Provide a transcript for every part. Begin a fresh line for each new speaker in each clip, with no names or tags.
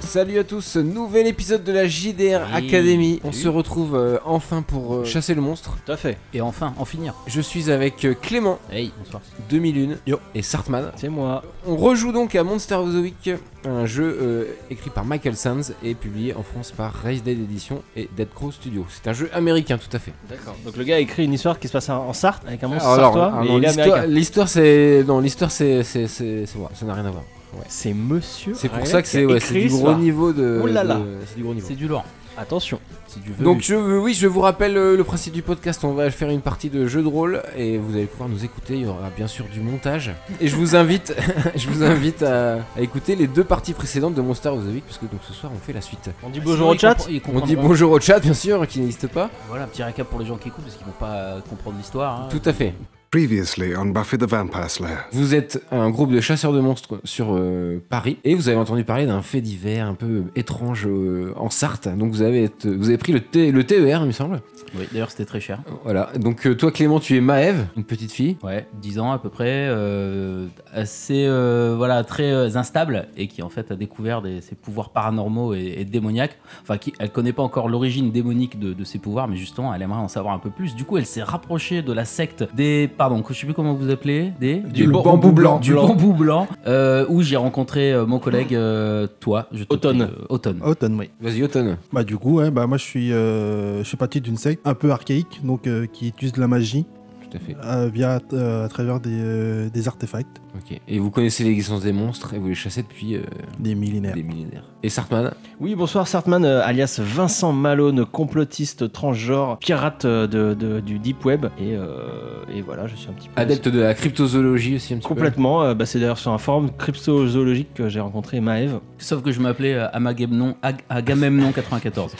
Salut à tous, nouvel épisode de la JDR
Oui,
Academy. On
salut.
se retrouve euh, enfin pour euh, chasser le monstre.
Tout à fait.
Et enfin, en finir.
Je suis avec euh, Clément,
Hey, bonsoir.
2001 et Sartman.
C'est moi.
On rejoue donc à Monster of the Week, un jeu euh, écrit par Michael Sands et publié en France par Race Dead Edition et Dead Crow Studio. C'est un jeu américain tout à fait.
D'accord. Donc le gars a écrit une histoire qui se passe en en Sarthe avec un monstre
Alors,
sartois,
ah
mais
non,
il est
l'histoire-
américain.
l'histoire c'est non l'histoire c'est c'est c'est c'est moi, ça n'a rien à voir.
C'est monsieur.
C'est pour
Raël
ça que
qui
c'est
a
ouais,
écrit
c'est du gros
l'histoire.
niveau de.
Ouh là là.
de- c'est du gros niveau.
C'est du lourd.
Attention.
C'est du velu.
Donc je, oui, je vous rappelle euh, le principe du podcast, on va faire une partie de jeu de rôle et vous allez pouvoir nous écouter, il y aura bien sûr du montage. Et je vous invite, je vous invite à, à écouter les deux parties précédentes de Monster of the Week parce que donc ce soir on fait la suite.
On dit
Ah, Sinon,
bonjour au
ils
chat.
compre-
On
ils
dit
comprendront.
bonjour au chat bien sûr qui n'existe pas.
Voilà, un petit récap pour les gens qui écoutent parce qu'ils vont pas euh, comprendre l'histoire. hein.
Tout à fait.
Previously on Buffy the Vampire Slayer.
Vous êtes un groupe de chasseurs de monstres sur euh, Paris et vous avez entendu parler d'un fait divers un peu étrange euh, en Sarthe. Donc vous avez, été- vous avez pris le, T- le TER, il me semble.
Oui, d'ailleurs, c'était très cher.
Voilà. Donc euh, toi Clément, tu es Maëve, une petite fille.
Ouais, 10 ans à peu près, euh, assez euh, voilà très euh, instable et qui en fait a découvert des, ses pouvoirs paranormaux et, et démoniaques. Enfin, qui, elle connaît pas encore l'origine démonique de, de ses pouvoirs, mais justement, elle aimerait en savoir un peu plus. Du coup, elle s'est rapprochée de la secte des, pardon, je sais plus comment vous appelez, des
Du bambou blanc.
du
Blanc.
bambou blanc, euh, où j'ai rencontré euh, mon collègue, euh, toi, je te
Automne.
prie, euh, automne.
Automne, oui.
Vas-y Automne.
Bah du coup, ouais, bah moi je suis, euh, je suis parti d'une secte un peu archaïque, donc euh, qui utilise de la magie
Tout à fait.
euh, via euh, à travers des, euh, des artefacts,
Ok. Et vous connaissez l'existence des monstres et vous les chassez depuis euh,
des millénaires.
des millénaires. Et Sartman,
Oui, bonsoir Sartman, euh, alias Vincent Malone, complotiste transgenre, pirate euh, de, de- du deep web. Et, euh, et voilà, je suis un petit peu.
adepte de la cryptozoologie aussi un petit
Complètement. euh, bah, c'est d'ailleurs sur un forum cryptozoologique que j'ai rencontré Maëve.
Sauf que je m'appelais euh, Amagamemnon, Ag- Agamemnon 94.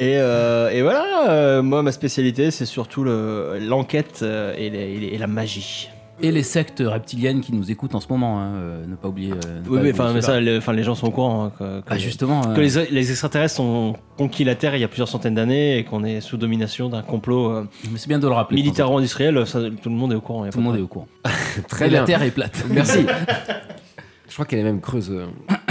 Et, euh, et voilà, euh, moi ma spécialité c'est surtout le- l'enquête euh, et, les- et les- et la magie.
Et les sectes reptiliennes qui nous écoutent en ce moment, hein, euh, ne pas oublier. euh, ne
Oui,
pas
mais,
oublier
enfin, mais
cela.
ça, les, enfin, les gens sont au courant. hein, que, que-
Ah, justement. euh,
que les, les extraterrestres ont conquis la Terre il y a plusieurs centaines d'années et qu'on est sous domination d'un complot euh,
Mais c'est bien de le rappeler.
militaro-industriel, ça, tout le monde est au courant. il y a
Tout
pas
le
de
monde est
problème.
au courant.
peu. Très
Et
bien.
La Terre est plate.
Merci. je crois qu'elle est même creuse. euh,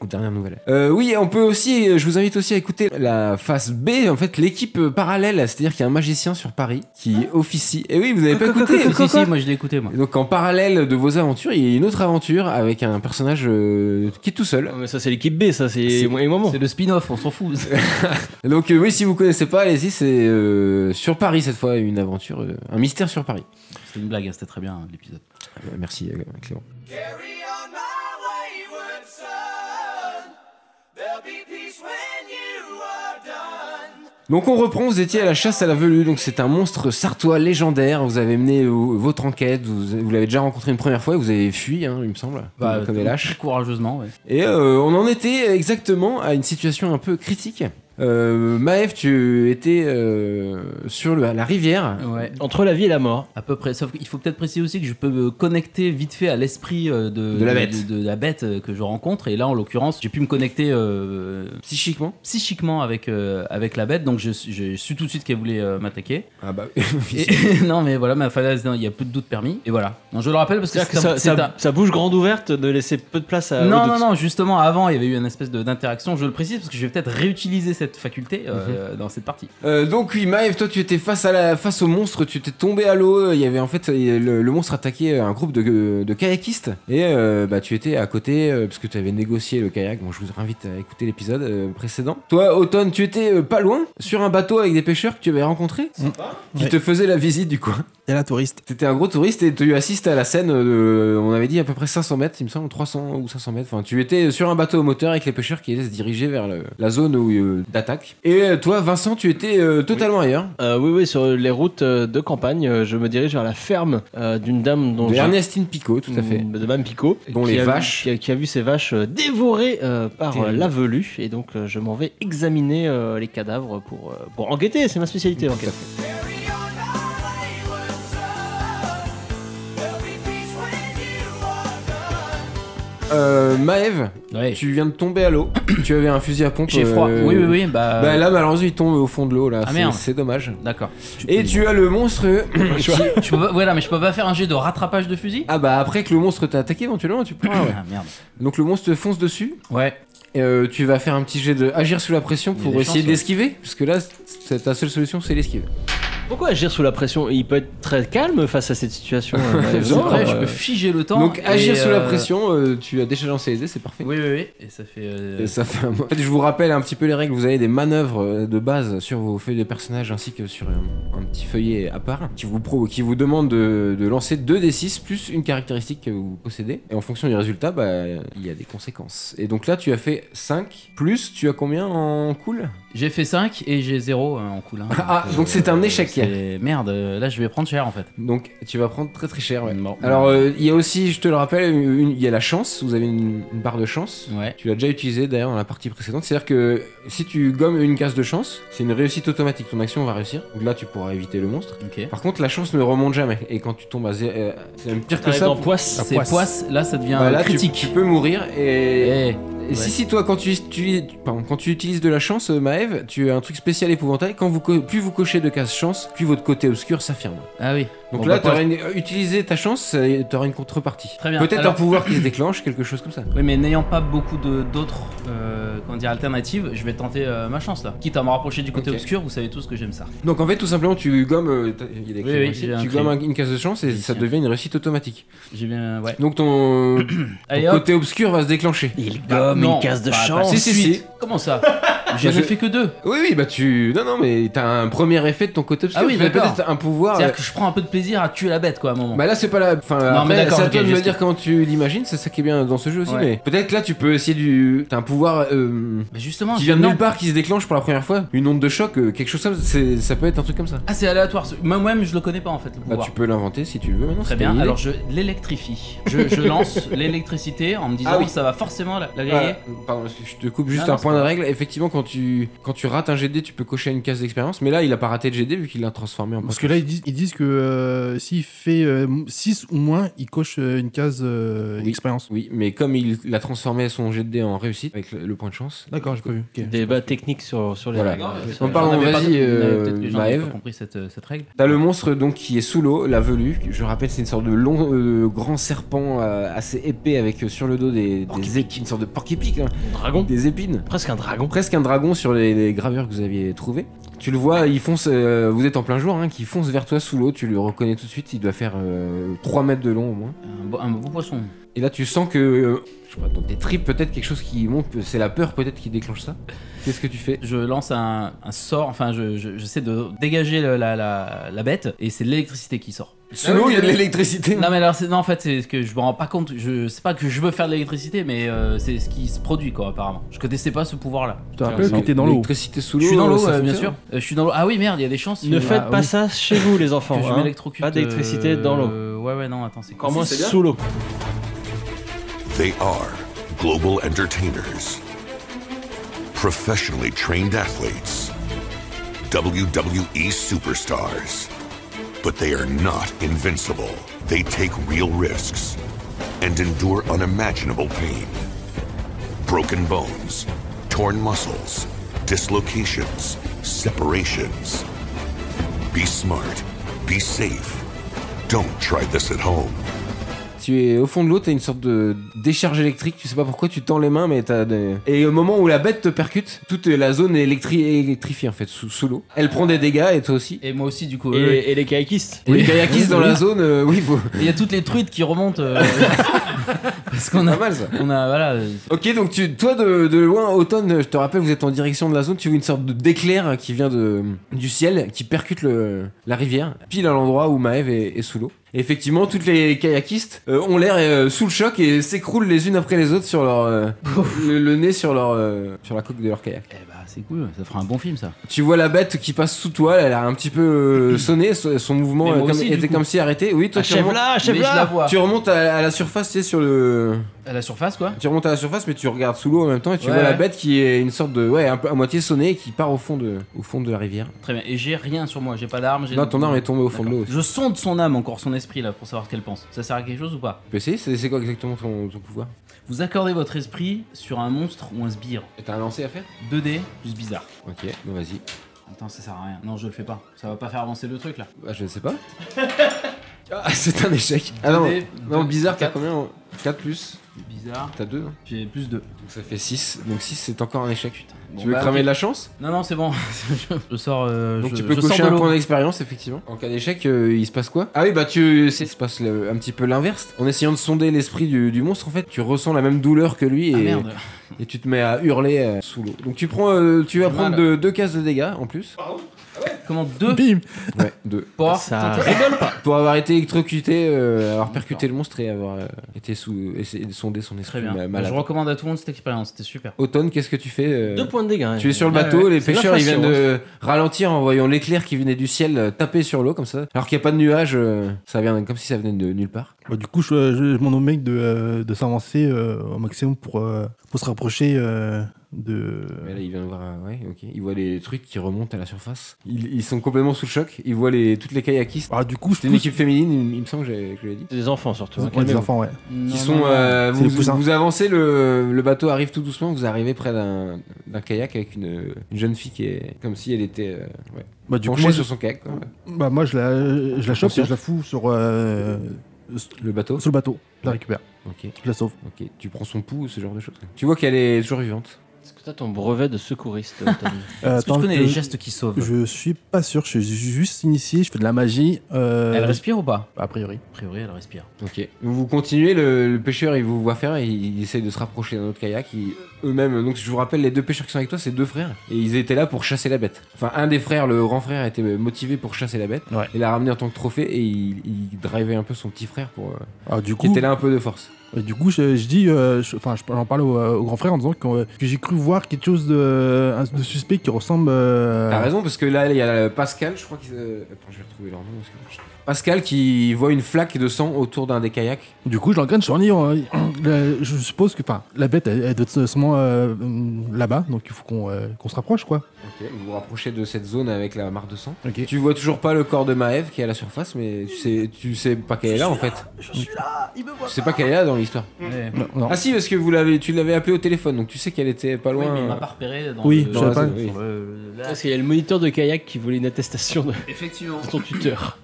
Aux dernières nouvelles. Euh, oui, on peut aussi, euh, je vous invite aussi à écouter la face B, en fait, l'équipe euh, parallèle, c'est-à-dire qu'il y a un magicien sur Paris qui officie. Et oui, vous n'avez pas écouté
Si,
Ah. quoi,
si,
quoi
moi je l'ai écouté, moi.
Et Donc, en parallèle de vos aventures, il y a une autre aventure avec un personnage euh, qui est tout seul.
Ah, Mais ça, c'est l'équipe B, ça, c'est
C'est-
moi et maman.
C'est le spin-off, on s'en fout.
Donc, euh, oui, si vous connaissez pas, allez-y, c'est euh, sur Paris cette fois, une aventure, euh, un mystère sur Paris.
C'était une blague, hein, c'était très bien hein, l'épisode.
Euh, Merci euh, Clément. Donc on reprend, vous étiez à la chasse à la velue, donc c'est un monstre sartois légendaire, vous avez mené euh, votre enquête, vous, vous l'avez déjà rencontré une première fois et vous avez fui, hein, il me semble,
Bah,
comme, comme des
très-
lâches.
très Courageusement, ouais.
Et euh, on en était exactement à une situation un peu critique. Euh, Maëv, tu étais euh, sur le- la rivière,
Ah Ouais.
Entre la vie et la mort.
À peu près. Sauf qu'il faut peut-être préciser aussi que je peux me connecter vite fait à l'esprit euh, de,
De la bête.
de- de la bête, euh, que je rencontre. Et là, en l'occurrence, j'ai pu me connecter euh,
psychiquement.
psychiquement avec, euh, avec la bête. Donc je, je su tout de suite qu'elle voulait euh, m'attaquer.
Ah bah,
Et- non, mais voilà, ma falaise, non, il y a peu de doute permis. Et voilà. Non, je le rappelle parce que
C'est-à-dire
c'est
que
un-
ça,
c'est
ça-
un.
ça bouge grande ouverte de laisser peu de place à.
Non,
au
non,
doute.
non, justement, avant, il y avait eu une espèce de- d'interaction, je le précise, parce que je vais peut-être réutiliser cette faculté euh, dans cette partie.
Euh, donc oui, Maëv, toi tu étais face à la face au monstre, tu t'es tombé à l'eau. Il y avait en fait le, le monstre attaquait un groupe de, de kayakistes et euh, bah tu étais à côté euh, parce que tu avais négocié le kayak. Bon, je vous invite à écouter l'épisode euh, précédent. Toi, Automne, tu étais euh, pas loin sur un bateau avec des pêcheurs que tu avais rencontrés qui
Ouais.
te faisaient la visite du coin.
Et la touriste.
T'étais un gros touriste et tu assistes à la scène. euh, de- on avait dit à peu près 500 mètres, il me semble, 300 ou 500 mètres. Enfin, tu étais sur un bateau au moteur avec les pêcheurs qui allaient se diriger vers le- la zone où, euh, d'attaque. Et euh, toi, Vincent, tu étais euh, totalement ailleurs.
Euh, oui, oui, sur les routes euh, de campagne, euh, je me dirige vers la ferme euh, d'une dame dont
De
j'ai-
Ernestine Picot, tout à fait.
Mm, De Mme Picot.
Dont
qui
les
a vu-
vaches.
qui, a, qui a vu ses vaches euh, dévorées euh, par euh,
Terrible.
la velue. Et donc, euh, je m'en vais examiner euh, les cadavres pour, euh, pour enquêter. C'est ma spécialité, l'enquête.
euh, Maëv,
Ouais.
tu viens de tomber à l'eau. tu avais un fusil à pompe.
J'ai froid.
euh,
Oui, oui, oui. Bah,
Bah là, malheureusement, il tombe au fond de l'eau. là.
Ah,
C'est-
merde.
C'est dommage.
D'accord.
Et tu as le monstre.
Je peux pas- Voilà, mais je peux pas faire un jet de rattrapage de fusil
ah bah après que le monstre t'a attaqué éventuellement, tu pourras. ouais.
Ah merde.
Donc le monstre te fonce dessus.
Ouais.
Et, euh, tu vas faire un petit jet de agir sous la pression
Il y a
pour
des
essayer
chances,
d'esquiver. Parce que là, c'est- ta seule solution, c'est l'esquive.
Pourquoi agir sous la pression Il peut être très calme face à cette situation. euh,
C'est
C'est
malheureusement,
vrai, je
euh,
peux figer le temps.
Donc
et,
agir sous la
euh,
pression, euh, tu as déjà lancé les dés, c'est parfait.
Oui, oui, oui. Et ça fait. euh,
Et ça fait un mois. En fait, Je vous rappelle un petit peu les règles. Vous avez des manœuvres euh, de base sur vos feuilles de personnages ainsi que sur euh, un, un petit feuillet à part qui vous, pro- qui vous demande de, de lancer 2d6 plus une caractéristique que vous possédez. Et en fonction du résultat, bah, il y a des conséquences. Et donc là, tu as fait 5 plus tu as combien en cool
J'ai fait 5 et j'ai 0 en coulin.
Ah, donc c'est un échec.
euh, c'est- Merde, euh, là je vais prendre cher en fait.
Donc tu vas prendre très très cher. ouais.
Bon.
Alors euh, il y a aussi, je te le rappelle, une- il y a la chance. Vous avez une, une barre de chance.
Ouais.
Tu l'as déjà utilisé d'ailleurs dans la partie précédente. C'est-à-dire que si tu gommes une case de chance, c'est une réussite automatique. Ton action va réussir. Donc là, tu pourras éviter le monstre.
Ok.
Par contre, la chance ne remonte jamais. Et quand tu tombes à zéro, euh, c'est même pire que
t'arrives
ça.
en poisse.
C'est poisse, là ça devient euh,
Bah, là, tu-
hein, critique.
Tu, peux mourir. Et,
Eh,
et si, si, toi, quand tu, tu- pardon, quand tu utilises de la chance, euh, Maëv, tu as un truc spécial épouvantail. Quand vous, co- plus vous cochez de cases chance, plus votre côté obscur s'affirme.
Ah oui.
Donc
Bon,
là,
bah,
t'auras une- euh, utiliser ta chance, euh, t'auras une contrepartie.
Très bien.
Peut-être
Alors-
un pouvoir qui se déclenche, quelque chose comme ça.
Oui, mais n'ayant pas beaucoup de- d'autres euh, comment dire, alternatives, je vais tenter euh, ma chance là. Quitte à me rapprocher du côté
Ok.
obscur, vous savez tous que j'aime ça.
Donc en fait, tout simplement, tu gommes, euh, t'as- il y a des
Oui,
crayons
oui,
ici.
j'ai un
tu
crayon.
gommes un- une case de chance et
Ici,
ça
hein.
devient une réussite automatique.
J'ai bien. Ouais.
Donc ton, ton
Allez hop.
côté obscur va se déclencher.
Il
Bah,
gomme
non,
une case de
bah,
chance.
Si, si, si.
Comment ça Je
Bah,
ne
je-
fais que deux.
Oui, oui, bah tu. Non, non, mais t'as un premier effet de ton côté obscur.
Ah oui,
Tu fais
d'accord.
peut-être un pouvoir.
C'est-à-dire
euh,
que je prends un peu de plaisir à tuer la bête quoi à un moment.
Bah là c'est pas la. Enfin
mais
après
d'accord,
c'est à
ok,
toi de me
juste-
dire comment tu l'imagines, c'est ça qui est bien dans ce jeu aussi,
Ouais.
mais peut-être là tu peux essayer du. T'as un pouvoir euh,
Mais justement,
qui
j'ai-
vient de
non.
nulle part qui se déclenche pour la première fois, une onde de choc, euh, quelque chose comme ça, c'est- ça peut être un truc comme ça.
Ah, c'est aléatoire. ce- Moi- Moi-même, je le connais pas en fait le
Bah,
pouvoir.
tu peux l'inventer si tu le veux maintenant.
Très
c'est ta
bien,
idée.
alors je l'électrifie. Je, je lance l'électricité en me disant
Ah oui.
ça va forcément la, la griller.
Ah, pardon, je te coupe juste
Non, non,
un point de règle. Effectivement, quand tu, quand tu rates un GD, tu peux cocher une case d'expérience. Mais là, il a pas raté le GD vu qu'il l'a transformé en
Parce que là, ils disent, ils disent que euh, s'il fait 6 ou moins, il coche euh, une case euh,
Oui.
expérience.
Oui, mais comme il l'a transformé son GD en réussite avec le, le point de chance.
D'accord, j'ai pas vu. Ok.
Débat technique sur, sur les
Voilà.
règles. hein,
Ouais,
Sur-
On parle-
j'en avais pas-
vas-y, euh,
peut-être que les gens n'avaient
Maëv.
pas compris cette, euh, cette règle.
T'as le monstre donc qui est sous l'eau, la velue. Je rappelle, c'est une sorte de long, euh, grand serpent euh, assez épais avec euh, sur le dos des, des épines, une sorte de porc-épic, hein,
Un dragon.
des épines.
Presque un dragon.
Presque un dragon sur les, les gravures que vous aviez trouvées. Tu le vois, il fonce. euh, vous êtes en plein jour, hein, qui fonce vers toi sous l'eau. Tu le reconnais tout de suite. Il doit faire euh, 3 mètres de long au moins.
Un, bo- un beau poisson.
Et là, tu sens que, euh, je sais pas, dans tes tripes, peut-être quelque chose qui monte, c'est la peur peut-être qui déclenche ça. Qu'est-ce que tu fais
Je lance un, un sort, enfin, je- je- j'essaie de dégager le- la, la- la bête et c'est de l'électricité qui sort.
Sous l'eau, il y a de l'électricité.
Ah Non, mais alors, c'est- non, en fait, c'est ce que je me rends pas compte. Je sais pas que je veux faire de l'électricité, mais euh, c'est ce qui se produit, quoi, apparemment. Je connaissais pas ce pouvoir-là.
te rappelles que t'es dans l'eau.
L'électricité sous
Je
l'eau.
suis dans l'eau,
ça
euh, bien sûr.
fonctionne.
Euh, je suis dans l'eau. Ah oui, merde, il y a des chances.
Ne
euh,
faites
ah,
pas
oui,
ça chez vous, les enfants.
que je
hein.
m'électrocute,
Pas d'électricité dans l'eau.
euh, Ouais, ouais, non, attends, c'est
Encore moins
Si, c'est bien.
sous l'eau.
They are global entertainers, professionally trained athletes, WWE superstars. But they are not invincible. They take real risks and endure unimaginable pain. Broken bones, torn muscles, dislocations, separations. Be smart. Be safe. Don't try this at home.
Tu es au fond de l'eau, t'as une sorte de décharge électrique. Tu sais pas pourquoi, tu tends les mains, mais t'as. Des... Et au moment où la bête te percute, toute la zone est électri- électrifiée en fait, sous, sous l'eau. Elle prend des dégâts et toi aussi.
Et moi aussi, du coup. euh,
Et, et les kayakistes.
Et les kayakistes dans la zone, euh, oui, faut...
Il y a toutes les truites qui remontent. euh, parce qu'on
pas
a.
mal ça.
On a. Voilà. euh,
Ok, donc tu, toi de, de loin, Automne, je te rappelle, vous êtes en direction de la zone, tu vois une sorte de- d'éclair qui vient de, du ciel, qui percute le, la rivière, pile à l'endroit où Maëv est, est sous l'eau. Et Effectivement, toutes les kayakistes euh, ont l'air euh, sous le choc et s'écroulent les unes après les autres sur leur euh, le, le nez sur leur euh, sur la coque de leur kayak.
Eh bah, c'est cool, ça fera un bon film, ça.
Tu vois la bête qui passe sous toi, elle a un petit peu euh, sonné, son, son mouvement
Mais
euh,
moi
comme-
aussi, du
était
coup.
Ah, comme si arrêté. Oui, toi tu remontes,
Chèvre là,
Mais
chèvre
je la
là.
vois.
tu remontes à, à la surface, tu sais, sur le
À la surface, quoi.
Tu remontes à la surface, mais tu regardes sous l'eau en même temps et tu
Ouais.
vois la bête qui est une sorte de. Ouais, un peu à moitié sonnée et qui part au fond de, au fond de la rivière.
Très bien. Et j'ai rien sur moi. J'ai pas d'arme. j'ai-
Non, ton arme est tombée au fond de
D'accord.
l'eau aussi.
Je sonde son âme, encore son esprit, là, pour savoir ce qu'elle pense. Ça sert à quelque chose ou pas
Tu peux essayer C'est c'est quoi exactement ton, ton pouvoir
Vous accordez votre esprit sur un monstre ou un sbire.
T'as un lancer à faire
2D, juste bizarre.
Ok, bon vas-y.
Attends, ça sert à rien. Non, je le fais pas. Ça va pas faire avancer le truc, là.
Bah, je ne sais pas. ah, c'est un échec. Ah non,
Deux
non
dés,
bizarre, t'as
quatre.
combien 4 plus
Bizarre.
T'as 2, non
J'ai plus 2.
Donc ça fait 6. Donc 6, c'est encore un échec.
Putain. Bon,
tu veux
bah,
cramer
ok.
de la chance
Non, non, c'est bon. je, je sors. euh,
Donc
je-
tu peux
je sors
cocher
de
un
l'eau.
point d'expérience, effectivement. En cas d'échec, euh, il se passe quoi Ah oui, bah tu... c'est- Il se passe le- un petit peu l'inverse. En essayant de sonder l'esprit du, du monstre, en fait, tu ressens la même douleur que lui
Ah,
et,
merde.
et tu te mets à hurler euh, sous l'eau. Donc tu prends, euh, tu vas
Mal.
prendre deux, deux cases de dégâts en plus.
Comment deux
Bim
Ouais, deux.
ports
Ça-
Putain, tu rigoles pas
Pour avoir été électrocuté, euh, avoir percuté
D'accord.
le monstre et avoir euh, été sous... essayer de sonder son
Très
esprit
bien.
ma-
Bah, je
malade.
recommande à tout le monde cette expérience. C'était super.
Automne, qu'est-ce que tu fais euh,
Deux points de dégâts.
Tu es sur le
Ouais,
bateau,
ouais.
les
C'est hein.
pêcheurs ils
l'inflation,
viennent de ralentir en voyant l'éclair qui venait du ciel euh, taper sur l'eau comme ça. Alors qu'il n'y a pas de nuages, euh, ça vient comme si ça venait de nulle part.
Bah, du coup, je, je, je m'en mec de, euh, de s'avancer euh, au maximum pour, euh, pour se rapprocher euh, de.
Mais là ils viennent voir, euh, ouais, ok. Ils voient les trucs qui remontent à la surface. Ils, ils sont complètement sous le choc. Ils voient les, toutes les kayakistes.
Ah, du coup, je
C'est une
pousse.
équipe féminine, il, il me semble que j'ai- que je l'ai dit.
hein. Des enfants surtout. hein.
Ouais, des enfants, ouais.
Qui sont, euh,
C'est
vous,
les poussins.
vous avancez, le, le bateau arrive tout doucement, vous arrivez près d'un d'un kayak avec une, une jeune fille qui est comme si elle était euh, ouais,
Bah, du coup,
penchée
moi,
sur son kayak, quoi.
je- bah, moi, je la, je la chope et
Conscience.
je la fous sur, euh,
le bateau.
sur le bateau. Je la récupère,
Ok,
je la sauve.
ok. Tu prends son pouls, ce genre de choses. Tu vois qu'elle est toujours vivante.
Est-ce que t'as ton brevet de secouriste Anthony
Euh,
Est-ce que
tant
tu connais
que-
les gestes qui sauvent
Je suis pas sûr, je suis juste initié, je fais de la magie. euh,
Elle respire ou pas
A priori.
A priori, elle respire.
Ok. Vous continuez, le, le pêcheur il vous voit faire et il, il essaye de se rapprocher d'un autre kayak. Ils- Eux-mêmes, donc je vous rappelle, les deux pêcheurs qui sont avec toi, c'est deux frères. Et ils étaient là pour chasser la bête. Enfin, un des frères, le grand frère, était motivé pour chasser la bête.
Ouais.
Il l'a ramené en tant que trophée et il, il drivait un peu son petit frère pour. euh,
Ah, du
qui
coup,
était là un peu de force.
Et du coup, je, je dis, euh, je- enfin, je- j'en parle au, euh, au grand frère en disant que, euh, que j'ai cru voir quelque chose de, un- de suspect qui ressemble. euh,
T'as raison, parce que là, il y a euh, Pascal, je crois qu'il. euh, Attends, je vais retrouver leur nom. parce que je- Pascal qui voit une flaque de sang autour d'un des kayaks.
Du coup, je l'engraine, je suis en ligne, euh, la- Je suppose que, enfin, la bête, elle, elle doit être seulement euh, là-bas, donc il faut qu'on euh, qu'on se rapproche, quoi.
Ok. Vous vous rapprochez de cette zone avec la mare de sang.
Ok.
Tu vois toujours pas le corps de Maëv qui est à la surface, mais tu sais, tu sais pas qu'elle est là en fait.
Je suis là Il me voit
Tu sais pas qu'elle est là dans l'histoire.
Eh,
Non, non.
Ah si, parce que vous l'avez, tu l'avais appelé au téléphone, donc tu sais qu'elle était pas
Oui,
loin.
mais il m'a pas repéré dans
Oui,
le-
je
savais
dans
pas.
le- sur le- là.
Parce qu'il Ah, y a le moniteur de kayak qui voulait une attestation de
Effectivement.
son tuteur.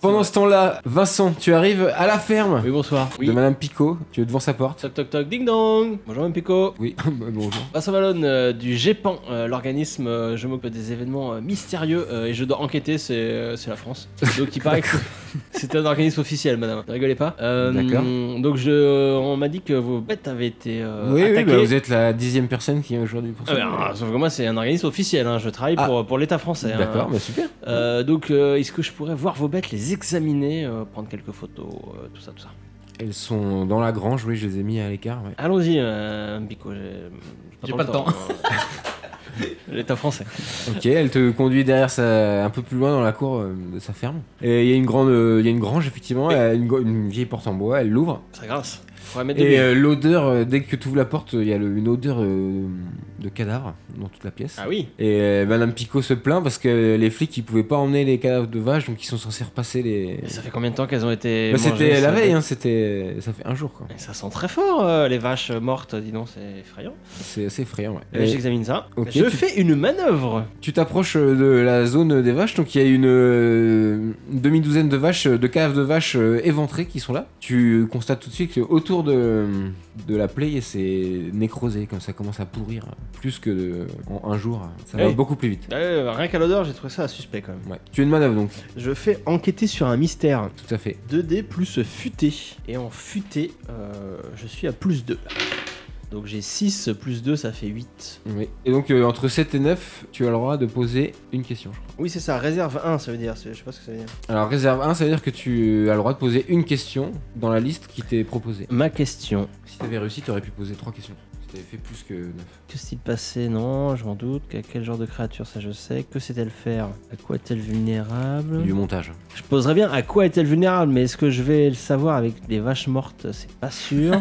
Pendant ce temps-là, Vincent, tu arrives à la ferme
Oui, bonsoir. Oui.
de Madame Picot. Tu es devant sa porte.
Toc toc toc, ding dong Bonjour Mme Pico
Oui. bah, Bonjour.
Vincent Malone euh, du GEPAN, euh, l'organisme, euh, je m'occupe des événements euh, mystérieux euh, et je dois enquêter, c'est euh, c'est la France. Donc il paraît que c'est un organisme officiel, madame, ne rigolez pas. Euh,
D'accord.
Donc je, on m'a dit que vos bêtes avaient été euh,
oui, oui,
attaquées.
bah, vous êtes la dixième personne qui est aujourd'hui pour
Ah
ça.
ben, alors, sauf que moi c'est un organisme officiel, hein, je travaille
Ah.
pour, pour l'État français. hein.
D'accord, bah super.
Euh, donc euh, est-ce que je pourrais voir vos bêtes, les examiner, euh, prendre quelques photos, euh, tout ça, tout ça.
Elles sont dans la grange, oui, je les ai mis à l'écart. ouais.
Allons-y, euh, Bico. J'ai
J'ai pas le temps.
euh, L'État français.
Ok, elle te conduit derrière sa, un peu plus loin dans la cour euh, de sa ferme. Et il y a une grande, euh, il y a une grange effectivement, elle a une, gro- une vieille porte en bois, elle l'ouvre
Ça grâce. On va mettre des
Et
lumières.
euh, l'odeur, euh, dès que tu ouvres la porte, il y a le- une odeur euh, de cadavre dans toute la pièce.
Ah oui.
Et euh, Madame Picot se plaint parce que les flics ils pouvaient pas emmener les cadavres de vaches donc ils sont censés repasser les.
Et ça fait combien de temps qu'elles ont été.
Bah,
mangées,
c'était
ces
la veille,
bêtes
hein, c'était ça fait un jour quoi.
Et Ça sent très fort euh, les vaches mortes, dis donc, c'est effrayant.
C'est assez effrayant. ouais.
Mais
Et
J'examine ça.
ok,
je
tu-
fais une manœuvre.
tu t'approches euh, de la zone des vaches donc il y a une, euh, une demi-douzaine de vaches, euh, de caves de vaches euh, éventrées qui sont là. Tu constates tout de suite que autour de, de la plaie c'est nécrosé comme ça commence à pourrir plus que de- en un jour. Ça va
Hey.
beaucoup plus vite.
Euh, rien qu'à l'odeur, j'ai trouvé ça suspect quand même.
Ouais. Tu es une manœuvre donc.
Je fais enquêter sur un mystère.
Tout à fait.
2D plus futé. Et en futé, euh, je suis à plus 2. Donc j'ai 6 plus 2, ça fait 8.
Oui. Et donc euh, entre 7 et 9, tu as le droit de poser une question, je crois.
Oui, c'est ça, réserve 1, ça veut dire. c'est- Je sais pas ce que ça veut dire.
Alors réserve 1, ça veut dire que tu as le droit de poser une question dans la liste qui t'est proposée.
Ma question.
Si t'avais réussi, t'aurais pu poser 3 questions. Si t'avais fait plus que 9.
Que s'est-il passé Non, je m'en doute. Que- Quel genre de créature ça je sais Que sait-elle faire À quoi est-elle vulnérable
Du montage.
Je poserais bien à quoi est-elle vulnérable, mais est-ce que je vais le savoir avec des vaches mortes C'est pas sûr.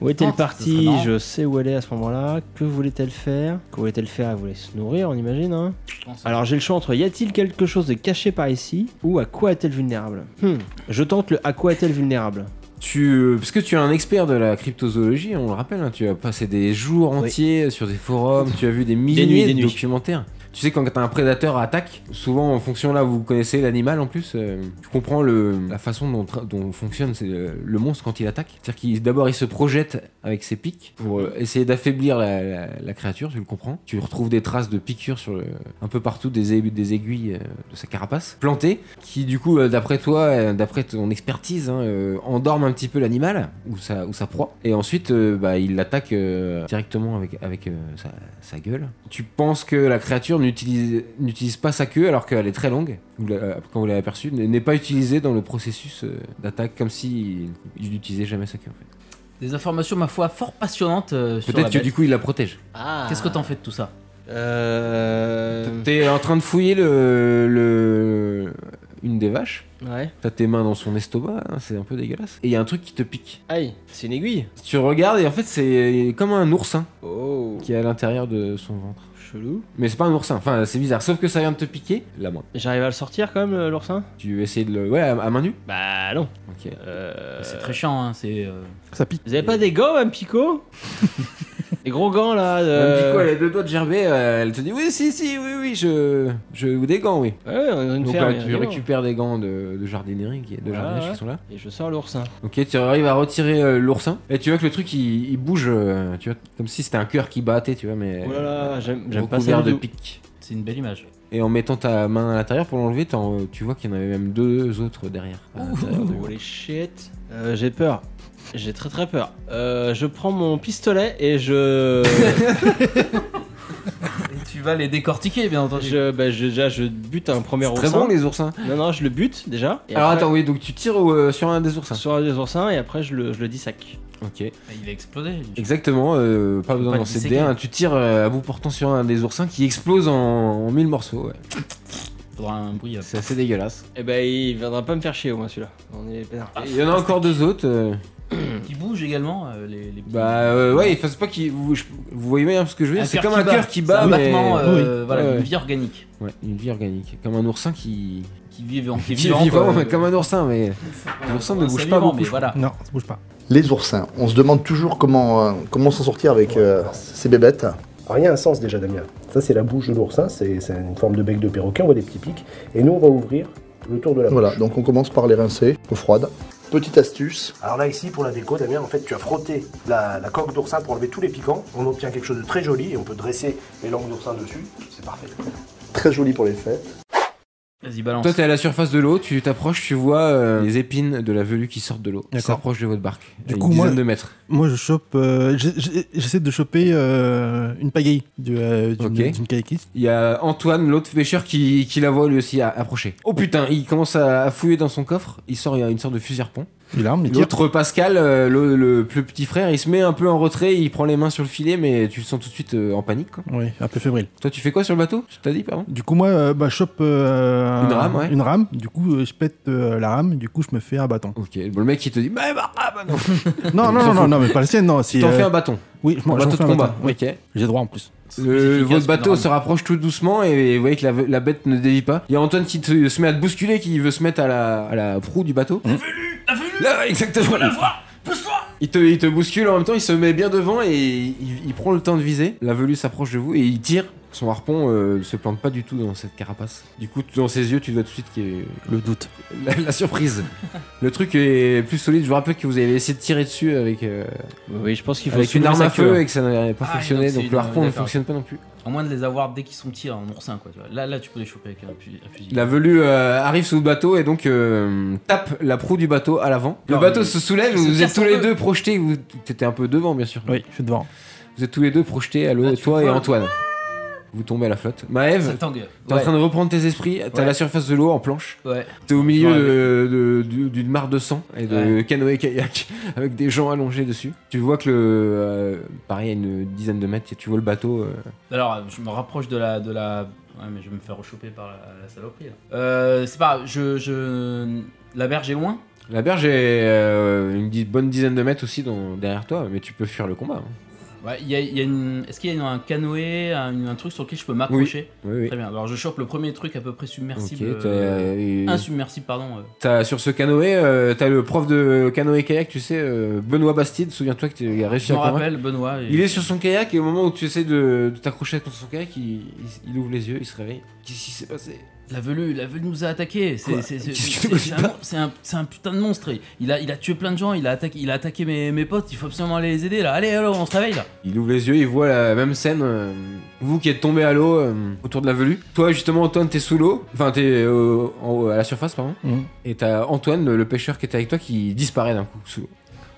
Où est-elle
Non, ça serait
partie
marrant.
Je sais où elle est à ce moment-là. Que voulait-elle faire Que voulait-elle faire Elle voulait se nourrir, on imagine. Hein
pense.
Alors j'ai le choix entre y a-t-il quelque chose de caché par ici ou à quoi est-elle vulnérable Hmm, Je tente le à quoi est-elle vulnérable.
Tu, parce que tu es un expert de la cryptozoologie, on le rappelle, hein, tu as passé des jours entiers sur des forums, tu as vu des milliers
nuits, des
de
nuits.
documentaires. Tu sais, quand t'as un prédateur à attaque, souvent en fonction là, vous connaissez l'animal en plus, euh, tu comprends le, la façon dont, tra- dont fonctionne c'est, euh, le monstre quand il attaque. C'est-à-dire qu'il d'abord il se projette avec ses pics pour euh, essayer d'affaiblir la, la- la créature, tu le comprends. Tu retrouves des traces de piqûres sur le, un peu partout, des, aigu- des aiguilles euh, de sa carapace plantées, qui du coup, euh, d'après toi, euh, d'après ton expertise, hein, euh, endorment un petit peu l'animal ou sa, ou sa proie. Et ensuite, euh, bah, il l'attaque euh, directement avec, avec euh, sa, sa gueule. Tu penses que la créature n'utilise n'utilise pas sa queue alors qu'elle est très longue, ou la- euh, quand vous l'avez aperçue, n'est n'est pas utilisée dans le processus euh, d'attaque, comme si il n'utilisait jamais sa queue. en fait.
Des informations, ma foi, fort passionnantes euh, sur
Peut-être
la
que
bête.
du coup, il la protège.
Ah.
Qu'est-ce que t'en fais de tout ça
Euh.
T'es en train de fouiller le- le... une des vaches.
Ouais.
T'as tes mains dans son estomac, hein, c'est un peu dégueulasse. Et il y a un truc qui te pique.
Aïe, c'est une aiguille.
Tu regardes et en fait c'est comme un oursin
Oh.
qui est à l'intérieur de son ventre.
Chelou.
Mais c'est pas un oursin, enfin c'est bizarre, sauf que ça vient de te piquer la main.
J'arrive à le sortir quand même le- l'oursin
Tu essayes de le... Ouais, à, à main nue
Bah non.
Ok. Bah,
Euh,
C'est très chiant, hein, c'est. euh,
Ça pique.
Vous avez pas des gants, un picot Des gros gants là. de-
Elle me pique, ouais, elle a deux doigts de gerbet, euh, elle te dit oui, si, si, oui, oui, je... je ou des gants, oui.
Ouais, on a une
Donc là,
ferme. il y a
tu
des gants.
récupères des gants de, de jardinerie, qui, de
Ouais,
jardinage
ouais.
qui sont là.
Et je sors l'oursin.
Ok, tu arrives à retirer euh, l'oursin et tu vois que le truc il, il bouge, euh, tu vois, comme si c'était un cœur qui battait, tu vois, mais...
Oh là là, j'aime j'aime pas ça.
recouvert de
du tout.
piques.
C'est une belle image.
Et en mettant ta main à l'intérieur pour l'enlever, t'en- euh, tu vois qu'il y en avait même deux autres derrière. Euh, à l'intérieur du-
Holy shit. Euh, J'ai peur. J'ai très très peur. Euh, je prends mon pistolet et je.
Et tu vas les décortiquer, bien entendu.
je bah, je- déjà, je bute un premier
C'est très
oursin.
bon les oursins.
Non, non, je le bute déjà. Et
Alors
après,
attends, oui, donc tu tires euh, sur un des oursins.
Sur un des oursins et après, je le, je le dissac.
Ok.
Ah, Il a explosé. lui.
Exactement, euh, pas besoin
pas
d'en
le
céder
disséquer.
un. Tu tires euh, à bout portant sur un des oursins qui explose en, en mille morceaux. ouais.
Faudra un bruit. euh,
C'est assez dégueulasse.
Et bah, il viendra pas me faire chier au moins celui-là. On est peinard.
Et Il y en a encore deux autres. euh,
Qui bouge également euh, les, les petits-
bah euh, ouais, il faut pas qu'ils. Vous, je- vous voyez bien ce que je veux dire C'est
cœur
comme un
bat.
cœur qui bat,
C'est un
mais-
battement, euh,
Oui.
voilà,
Ouais,
une
ouais.
vie organique
Ouais, une vie organique. Comme un oursin qui.
qui vivent en qui est
qui est
vivant,
vivant,
quoi.
mais comme un oursin, mais.
Ouais,
L'oursin
ouais,
ne
c'est
bouge pas
vivant,
beaucoup,
mais
je
voilà.
Non, ça bouge pas.
Les oursins, on se demande toujours comment, euh, comment s'en sortir avec euh, ces bébêtes.
Rien à un sens déjà, Damien. Ça, c'est la bouche de l'oursin, c'est c'est une forme de bec de perroquet, on voit des petits pics. Et nous, on va ouvrir le tour de la bouche.
Voilà, donc on commence par les rincer, eau froide. Petite astuce,
Alors là, ici, pour la déco, Damien, en fait, tu as frotté la, la coque d'oursin pour enlever tous les piquants. On obtient quelque chose de très joli et on peut dresser les langues d'oursin dessus. C'est parfait.
très jolie pour les fêtes.
Vas-y, balance.
Toi, t'es à la surface de l'eau, tu t'approches, tu vois euh, les épines de la velue qui sortent de l'eau, qui
D'accord.
s'approchent de votre barque.
Du
à
coup,
une
moi-
dizaine de mètres.
Moi, je chope. euh, j'ai- j'ai- J'essaie de choper euh, une pagaille du, euh, d'une
Ok.
d'une kayakiste.
Il y a Antoine, l'autre pêcheur, qui, qui la voit lui aussi à- approcher. Oh putain, il commence à, à fouiller dans son coffre, il sort une sorte de fusil à repompe.
Il arme, il tire.
L'autre Pascal, euh, le, le plus petit frère, il se met un peu en retrait, il prend les mains sur le filet, mais tu le sens tout de suite euh, en panique. Quoi.
Oui, un peu fébrile.
Toi, tu fais quoi sur le bateau Tu t'as dit, pardon
Du coup, moi, euh, bah, je chope euh,
Une rame, ouais.
une rame. Du coup, euh, je pète euh, la rame. Du coup, je me fais un bâton.
Ok, bon, le mec il te dit, bah, bah, ah, bah, non.
non, non,
s'en
non, non,
fout.
non, mais pas la sienne, non.
tu
Si,
t'en
euh,
fais un bâton,
Oui, je
un
m'en j'en
bateau
fais
de
un
combat.
bâton. Oui,
Ok.
j'ai droit en plus.
Le-
efficace
votre
qu'une
bateau
rame.
se rapproche tout doucement et vous voyez que la, la bête ne dévie pas. Il y a Antoine qui te- se met à te bousculer, qui veut se mettre à la, à la proue du bateau. La Là, exactement. La il te, il te bouscule en même temps, il se met bien devant et il, il prend le temps de viser. La velue s'approche de vous et il tire. Son harpon euh, se plante pas du tout dans cette carapace. Du coup, dans ses yeux, tu vois tout de suite qu'il y a
Le doute.
la, la surprise. le truc est plus solide. Je vous rappelle que vous avez essayé de tirer dessus avec, euh,
Bah Oui, je pense qu'il faut
avec une
soulever
arme
sa
à
queue,
feu
hein.
et que ça n'avait pas
Ah,
fonctionné.
donc c'est
Donc
une-
le harpon ne
d'accord.
fonctionne pas non plus.
À moins de les avoir dès qu'ils sont petits, hein, en oursin, quoi. tu vois. Là, là, tu peux les choper avec un, pu- un fusil.
La velue euh, arrive sous le bateau et donc euh, tape la proue du bateau à l'avant. Le
Non,
bateau
mais-
se soulève,
Il se
vous
casse
êtes tous
en
les
deux.
deux projetés, vous t'étais un peu devant bien sûr.
Oui, je suis devant.
Vous êtes tous les deux projetés à l'eau,
Ah, tu
toi et
vois.
Antoine. Vous tombez à la flotte.
Ça
Maëv,
tangue.
t'es en
Ouais,
train de reprendre tes esprits, t'es à
Ouais.
la surface de l'eau en planche,
ouais.
t'es au milieu
Ouais.
de- de- du- d'une mare de sang et de canoë-kayak avec des gens allongés dessus. Tu vois que le. euh, pareil, à une dizaine de mètres, tu vois le bateau. euh,
Alors, euh, je me rapproche de la, de la. Ouais, mais je vais me faire rechoper par la, la saloperie. Là. Euh, c'est pas. grave, Je, je. La berge est loin.
La berge est euh, une di- bonne dizaine de mètres aussi dans- derrière toi, mais tu peux fuir le combat. hein.
Ouais, il y a- il y a une- Est-ce qu'il y a une- un canoë, un, un truc sur lequel je peux m'accrocher
Oui, oui.
Très bien. Alors je chope le premier truc à peu près
Ok,
submersible.
t'as-
euh,
et-
Insubmersible, pardon. euh.
t'as- sur ce canoë, euh, t'as le prof de canoë-kayak, tu sais, euh, Benoît Bastide, souviens-toi qu'il a réussi
Je
à
me
convaincre.
rappelle, Benoît. et-
Il est sur son kayak et au moment où tu essaies de, de t'accrocher contre son kayak, il, il- il ouvre les yeux, il se réveille. Qu'est-ce qui s'est passé
La velue, la velue nous a attaqué. C'est
Quoi
c'est- c'est-
Qu'est-ce que
c'est-
tu
c'est un,
dis pas
mon- c'est un- c'est un putain de monstre. Il a, il a tué plein de gens. Il a attaqué, il a attaqué mes, mes potes. Il faut absolument aller les aider là. Allez, alors on se réveille là.
Il ouvre les yeux, il voit la même scène. euh, vous qui êtes tombé à l'eau euh, autour de la velue. Toi, justement, Antoine, t'es sous l'eau. Enfin, t'es euh, en haut, à la surface, pardon.
Mhm.
Et t'as Antoine, le, le pêcheur qui était avec toi, qui disparaît d'un coup sous l'eau.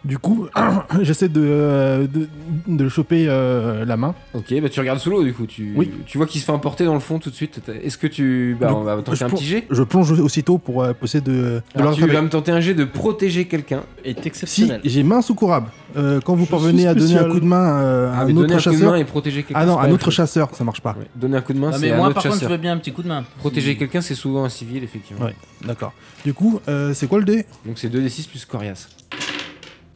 Du coup, j'essaie de, euh, de, de le choper euh, la main.
Ok, bah tu regardes sous l'eau du coup. Tu,
Oui.
tu vois qu'il se fait emporter dans le fond tout de suite. T'as- Est-ce que tu. Bah,
Donc,
on va tenter
je
un
plonge-
petit jet.
Je plonge aussitôt pour euh, poser de, de
Alors,
leur
tu vas
réveil.
me tenter un jet de protéger quelqu'un.
Est
Si,
exceptionnel.
j'ai main secourable. Euh, quand vous
Je
parvenez
suis
à donner un
spécial.
coup de main euh, à
Ah,
un
mais
autre
donner un coup de main
chasseur.
et protéger quelqu'un.
Ah non,
c'est pas
un
la
autre
chose.
chasseur, ça marche pas.
Ouais. Donner un coup de main,
Non,
c'est
mais
un
moi
autre
par contre, je
chasseur.
veux bien un petit coup de main.
Protéger quelqu'un, c'est souvent un civil, effectivement.
Ouais. D'accord. Du coup, euh, c'est quoi le dé
Donc c'est 2d6 plus coriace.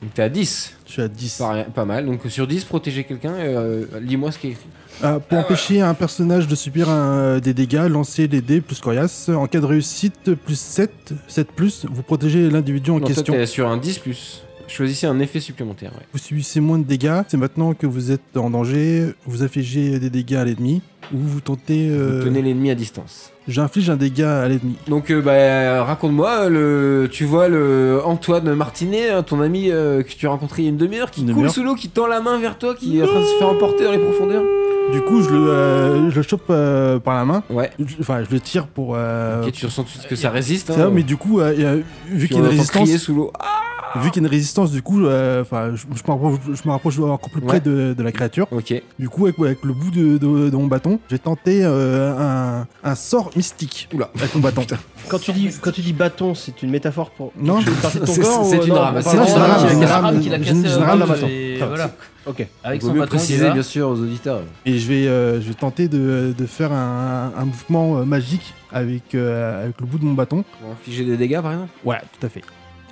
Donc t'es à 10.
Je suis à 10.
Pas, rien- pas mal. Donc sur 10, protéger quelqu'un, euh, lis-moi ce qui est écrit.
Euh,
Ah,
pour empêcher un personnage de subir un- des dégâts, lancez les dés plus coriace. En cas de réussite, plus 7, 7 plus, vous protégez l'individu en
Non, toi,
question.
t'es sur un 10 plus. Choisissez un effet supplémentaire. ouais.
Vous subissez moins de dégâts, c'est maintenant que vous êtes en danger, vous infligez des dégâts à l'ennemi, ou vous tentez... euh,
Vous tenez l'ennemi à distance.
J'inflige un dégât à l'ennemi.
Donc euh, bah, raconte-moi, le... tu vois le Antoine Martinet, hein, ton ami euh, que tu as rencontré il y a une demi-heure, qui
Une
coule
demi-heure.
sous l'eau, qui tend la main vers toi, qui est en train de se faire emporter dans les profondeurs.
Du coup, je le, euh, je le chope euh, par la main,
Ouais.
Je- enfin, je le tire pour... euh,
Ok, tu ressens tout de suite que
euh, y
ça
a-
résiste.
ça,
hein.
mais du coup, euh, il y a- vu
Tu
qu'il y a une
l'entends
résistance,
crier sous l'eau. Ah,
vu qu'il y a une résistance, du coup, euh, enfin, je, je me rapproche, je me rapproche encore plus près
Ouais.
de- de la créature.
ok.
Du coup, avec, avec le bout de, de- de mon bâton, j'ai tenté euh, un, un sort mystique
Oula.
avec mon bâton.
Quand tu dis quand tu dis bâton, c'est une métaphore pour.
Non,
quelque chose de partie de ton
c'est-
corps
c'est
ou-
une
non,
rame,
on
c'est
parle
une
de-
rame,
Ah,
c'est
ok.
une rame.
qu'il a
Général-
cassé euh,
Général
au
Lamaton.
et
Putain,
voilà.
Ok.
Avec
Vaut
son
mieux
bâton. il
préciser
va.
bien sûr aux auditeurs.
Et je vais, euh, je vais tenter de, de faire un, un mouvement euh, magique avec, euh, avec le bout de mon bâton.
Pour infliger des dégâts par exemple.
Ouais, tout à fait.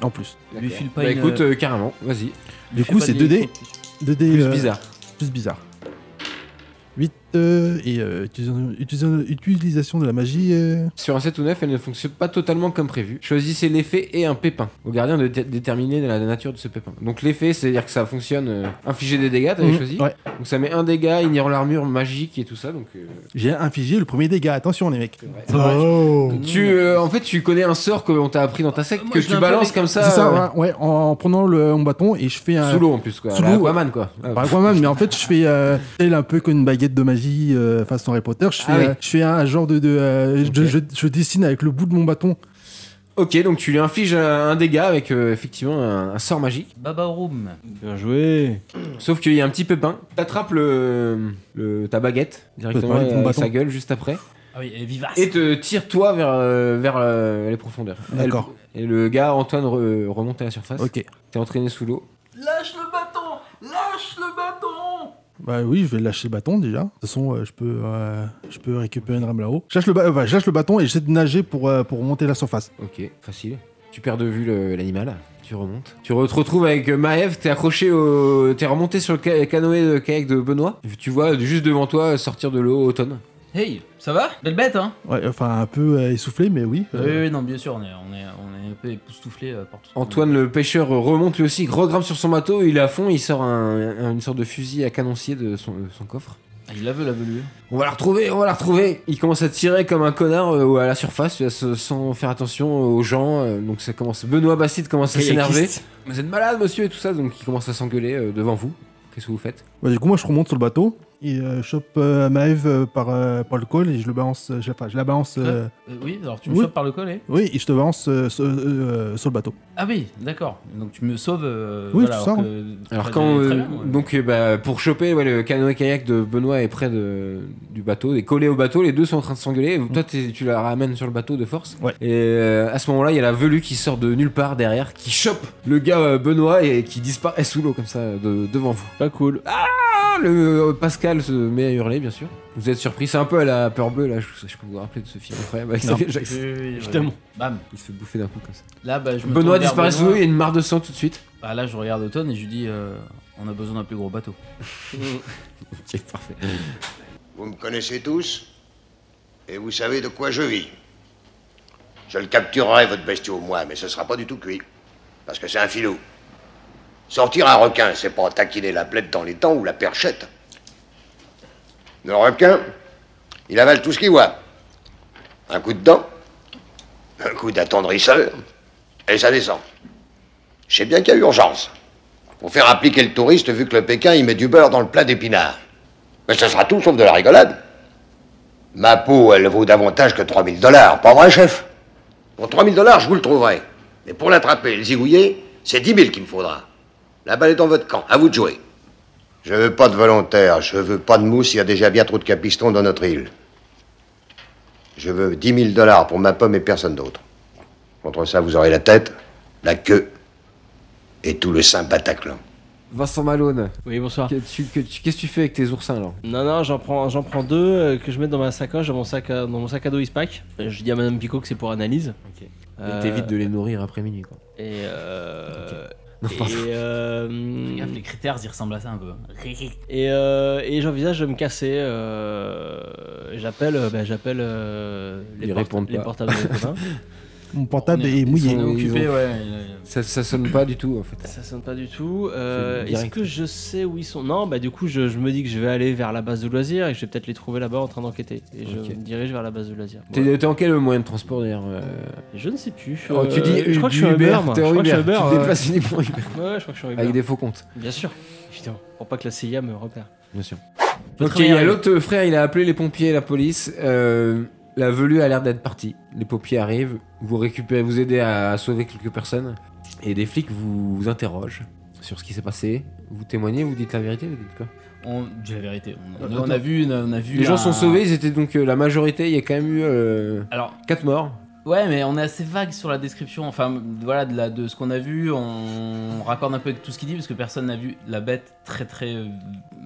En plus.
Lui file pas
Bah
une-
écoute, euh, carrément, vas-y.
il
Du
fait
coup,
pas
c'est
de-
2D. 2D
Plus
euh,
bizarre.
plus bizarre. 8 et euh, utilisation- utilisation- utilisation de la magie. euh,
Sur un 7 ou 9, elle ne fonctionne pas totalement comme prévu. Choisissez l'effet et un pépin. Au gardien de dé- déterminer la nature de ce pépin. Donc l'effet, c'est-à-dire que ça fonctionne euh, infliger des dégâts, t'avais
Mhm.
choisi.
Ouais.
Donc ça met un dégât, ignorant l'armure magique et tout ça. Donc euh,
J'ai infligé le premier dégât. Attention, les mecs.
vrai.
Oh.
tu, euh, en fait, tu connais un sort qu'on t'a appris dans ta secte
Euh, moi,
que
je
tu
l'ai un peu
balances
avec-
comme ça,
C'est ça,
euh,
ouais, ouais, en, en prenant le, mon bâton et je fais un.
sous l'eau en plus quoi.
Sous
à la
l'eau,
Aquaman quoi. Ah,
Pas Aquaman, mais en fait, je fais euh, tel un peu comme une baguette de magie euh, façon Harry Potter. Je fais,
Ah oui.
euh, je fais un genre de. de, euh,
Ok.
je, je- je dessine avec le bout de mon bâton.
Ok, donc tu lui infliges un, un dégât avec euh, effectivement un- un sort magique.
Babaroum.
Bien joué.
Sauf qu'il y a un petit pépin. T'attrapes le, le- ta baguette directement
Pépin, ton
avec
bâton.
sa gueule juste après.
Ah oui, et vivace.
Et te tire toi vers, euh, vers euh, les profondeurs.
D'accord.
Elle- Et le gars Antoine re- remonte à la surface.
Ok.
T'es entraîné sous l'eau.
Lâche le bâton, lâche le bâton.
Bah oui, je vais lâcher le bâton déjà. De toute façon, euh, je, peux, euh, je peux récupérer une rame là-haut. Je lâche le, ba- euh, bah, je lâche le bâton et j'essaie de nager pour, euh, pour monter la surface.
Ok, facile. Tu perds de vue le- l'animal. Tu remontes. Tu re- te retrouves avec Maëv. T'es accroché au. T'es remonté sur le ca- canoë de kayak de Benoît. Tu vois juste devant toi sortir de l'eau automne.
Hey, ça va Belle bête, hein
Ouais, enfin, un peu euh, essoufflé, mais oui.
Oui,
Euh,
oui, non, bien sûr, on est, on est, on est un peu époustouflé euh, par tout ça.
Antoine le pêcheur remonte lui aussi, regrimpe sur son bateau. Il est à fond. Il sort un- un- une sorte de fusil à canoncier de son- de son coffre.
Ah, il la veut, la velue.
On va la retrouver, on va la retrouver. Il commence à tirer comme un connard euh, à la surface, euh, se- sans faire attention aux gens. euh, donc ça commence. Benoît Bastide commence à s'énerver. Vous êtes malade, monsieur, et tout ça. Donc il commence à s'engueuler euh, devant vous. Qu'est-ce que vous faites
bah, du coup, moi, je remonte sur le bateau et euh, je chope euh, Maëv euh, par, euh, par le col et je le balance. euh, Je, la- enfin, je la balance. euh,
Euh, oui, alors tu me
oui.
chopes par le col, eh
Oui, et je te balance euh, sur- euh, sur le bateau.
Ah oui, d'accord. Donc tu me sauves. euh,
Oui,
voilà,
tu sors.
que-
Alors
Très
quand
bien, Ah, très
euh,
bien, ouais.
donc euh, bah, pour choper ouais, le canoë kayak de Benoît est près de, du bateau, est collé au bateau, les deux sont en train de s'engueuler.
Mm.
Toi t'es- tu la ramènes sur le bateau de force.
Ouais.
Et euh, à ce moment-là il y a la velue qui sort de nulle part derrière, qui chope le gars euh, Benoît et qui disparaît sous l'eau comme ça de- devant vous.
Pas cool.
le euh, Pascal se met à hurler, bien sûr. Vous êtes surpris, c'est un peu à la peur bleue là. Je, je peux vous rappeler de ce film incroyable avec
Non.
Samuel Jackson.
Justement.
Bam.
Il se fait bouffer d'un coup comme ça.
Là, bah, je me
Benoît
tourne vers
disparaît sous
Benoît.
l'eau, il y a une mare de sang tout de suite.
Bah, là, je regarde Auton et je lui dis euh, on a besoin d'un plus gros bateau.
Ok, parfait.
Vous me connaissez tous et vous savez de quoi je vis. Je le capturerai, votre bestiau, moi, mais ce sera pas du tout cuit. Parce que c'est un filou. Sortir un requin, c'est pas taquiner la plaide dans les temps ou la perchette. Le requin, il avale tout ce qu'il voit. Un coup de dent, un coup d'attendrisseur, et ça descend. Je sais bien qu'il y a urgence. Pour faire appliquer le touriste, vu que le Pékin, il met du beurre dans le plat d'épinards. Mais ce sera tout sauf de la rigolade. Ma peau, elle vaut davantage que 3000 dollars, pas vrai, chef Pour 3000 dollars, je vous le trouverai. Mais pour l'attraper et le zigouiller, c'est 10 000 qu'il me faudra. La balle est dans votre camp, à vous de jouer. Je veux pas de volontaires, je veux pas de mousse, il y a déjà bien trop de capistons dans notre île. Je veux 10 000 dollars pour ma pomme et personne d'autre. Contre ça, vous aurez la tête, la queue et tout le saint Bataclan.
Vincent Malone,
Oui, bonsoir.
que tu- que tu- qu'est-ce que tu fais avec tes oursins alors
Non, non, j'en prends, j'en prends deux euh, que je mets dans ma sacoche, dans mon sac, à- dans mon sac à dos Ispac. Euh, Je dis à Madame Picot que c'est pour analyse.
Ok.
Euh,
T'évites de les nourrir après minuit quoi.
Et euh...
Non, pardon.
et,
Fais
euh,
gaffe, les critères, ils ressemblent à ça un
hein.
peu.
et, euh, et j'envisage de me casser. euh, J'appelle, euh, bah, j'appelle euh, les,
Ils
porta-
répondent
les
pas.
portables de mes copains.
Mon portable est
Ils
mouillé.
sont-
On est
ils
occupé,
ont-
ouais.
Ça, ça sonne pas du tout en fait.
Ça sonne pas du tout. Euh,
C'est
Est-ce
direct.
que je sais où ils sont Non, bah du coup, je, je me dis que je vais aller vers la base de loisirs et que je vais peut-être les trouver là-bas en train d'enquêter. Et je
Ok.
me dirige vers la base de loisirs.
T'es
Voilà.
t'es en quel moyen de transport d'ailleurs euh,
Je ne sais plus.
oh, Tu
Euh,
dis
je crois que je suis
Uber,
Uber. moi.
t'es
Je
en
crois que je suis
Uber,
Uber.
tu Ah, te
ouais.
déplaces uniquement Uber.
Ouais, je crois que je suis en Uber.
Avec des faux comptes,
Bien sûr. Putain, pour pas que la CIA me repère.
bien sûr.
Faut
Ok, il
travailler
y a
avec-
l'autre frère, il a appelé les pompiers et la police. euh, la velue a l'air d'être partie. Les pompiers arrivent, vous récupérez, vous aidez à, à sauver quelques personnes. Et des flics vous, vous interrogent sur ce qui s'est passé. Vous témoignez, vous dites la vérité, vous dites quoi
On dit la vérité. On,
Euh,
on a vu, une- on a vu.
Les gens
un-
sont sauvés, ils étaient donc euh, la majorité, il y a quand même eu
Alors,
4 morts.
ouais, mais on est assez vague sur la description. Enfin, voilà, de, la- de ce qu'on a vu, on, on raccorde un peu avec tout ce qu'il dit parce que personne n'a vu la bête très très. euh,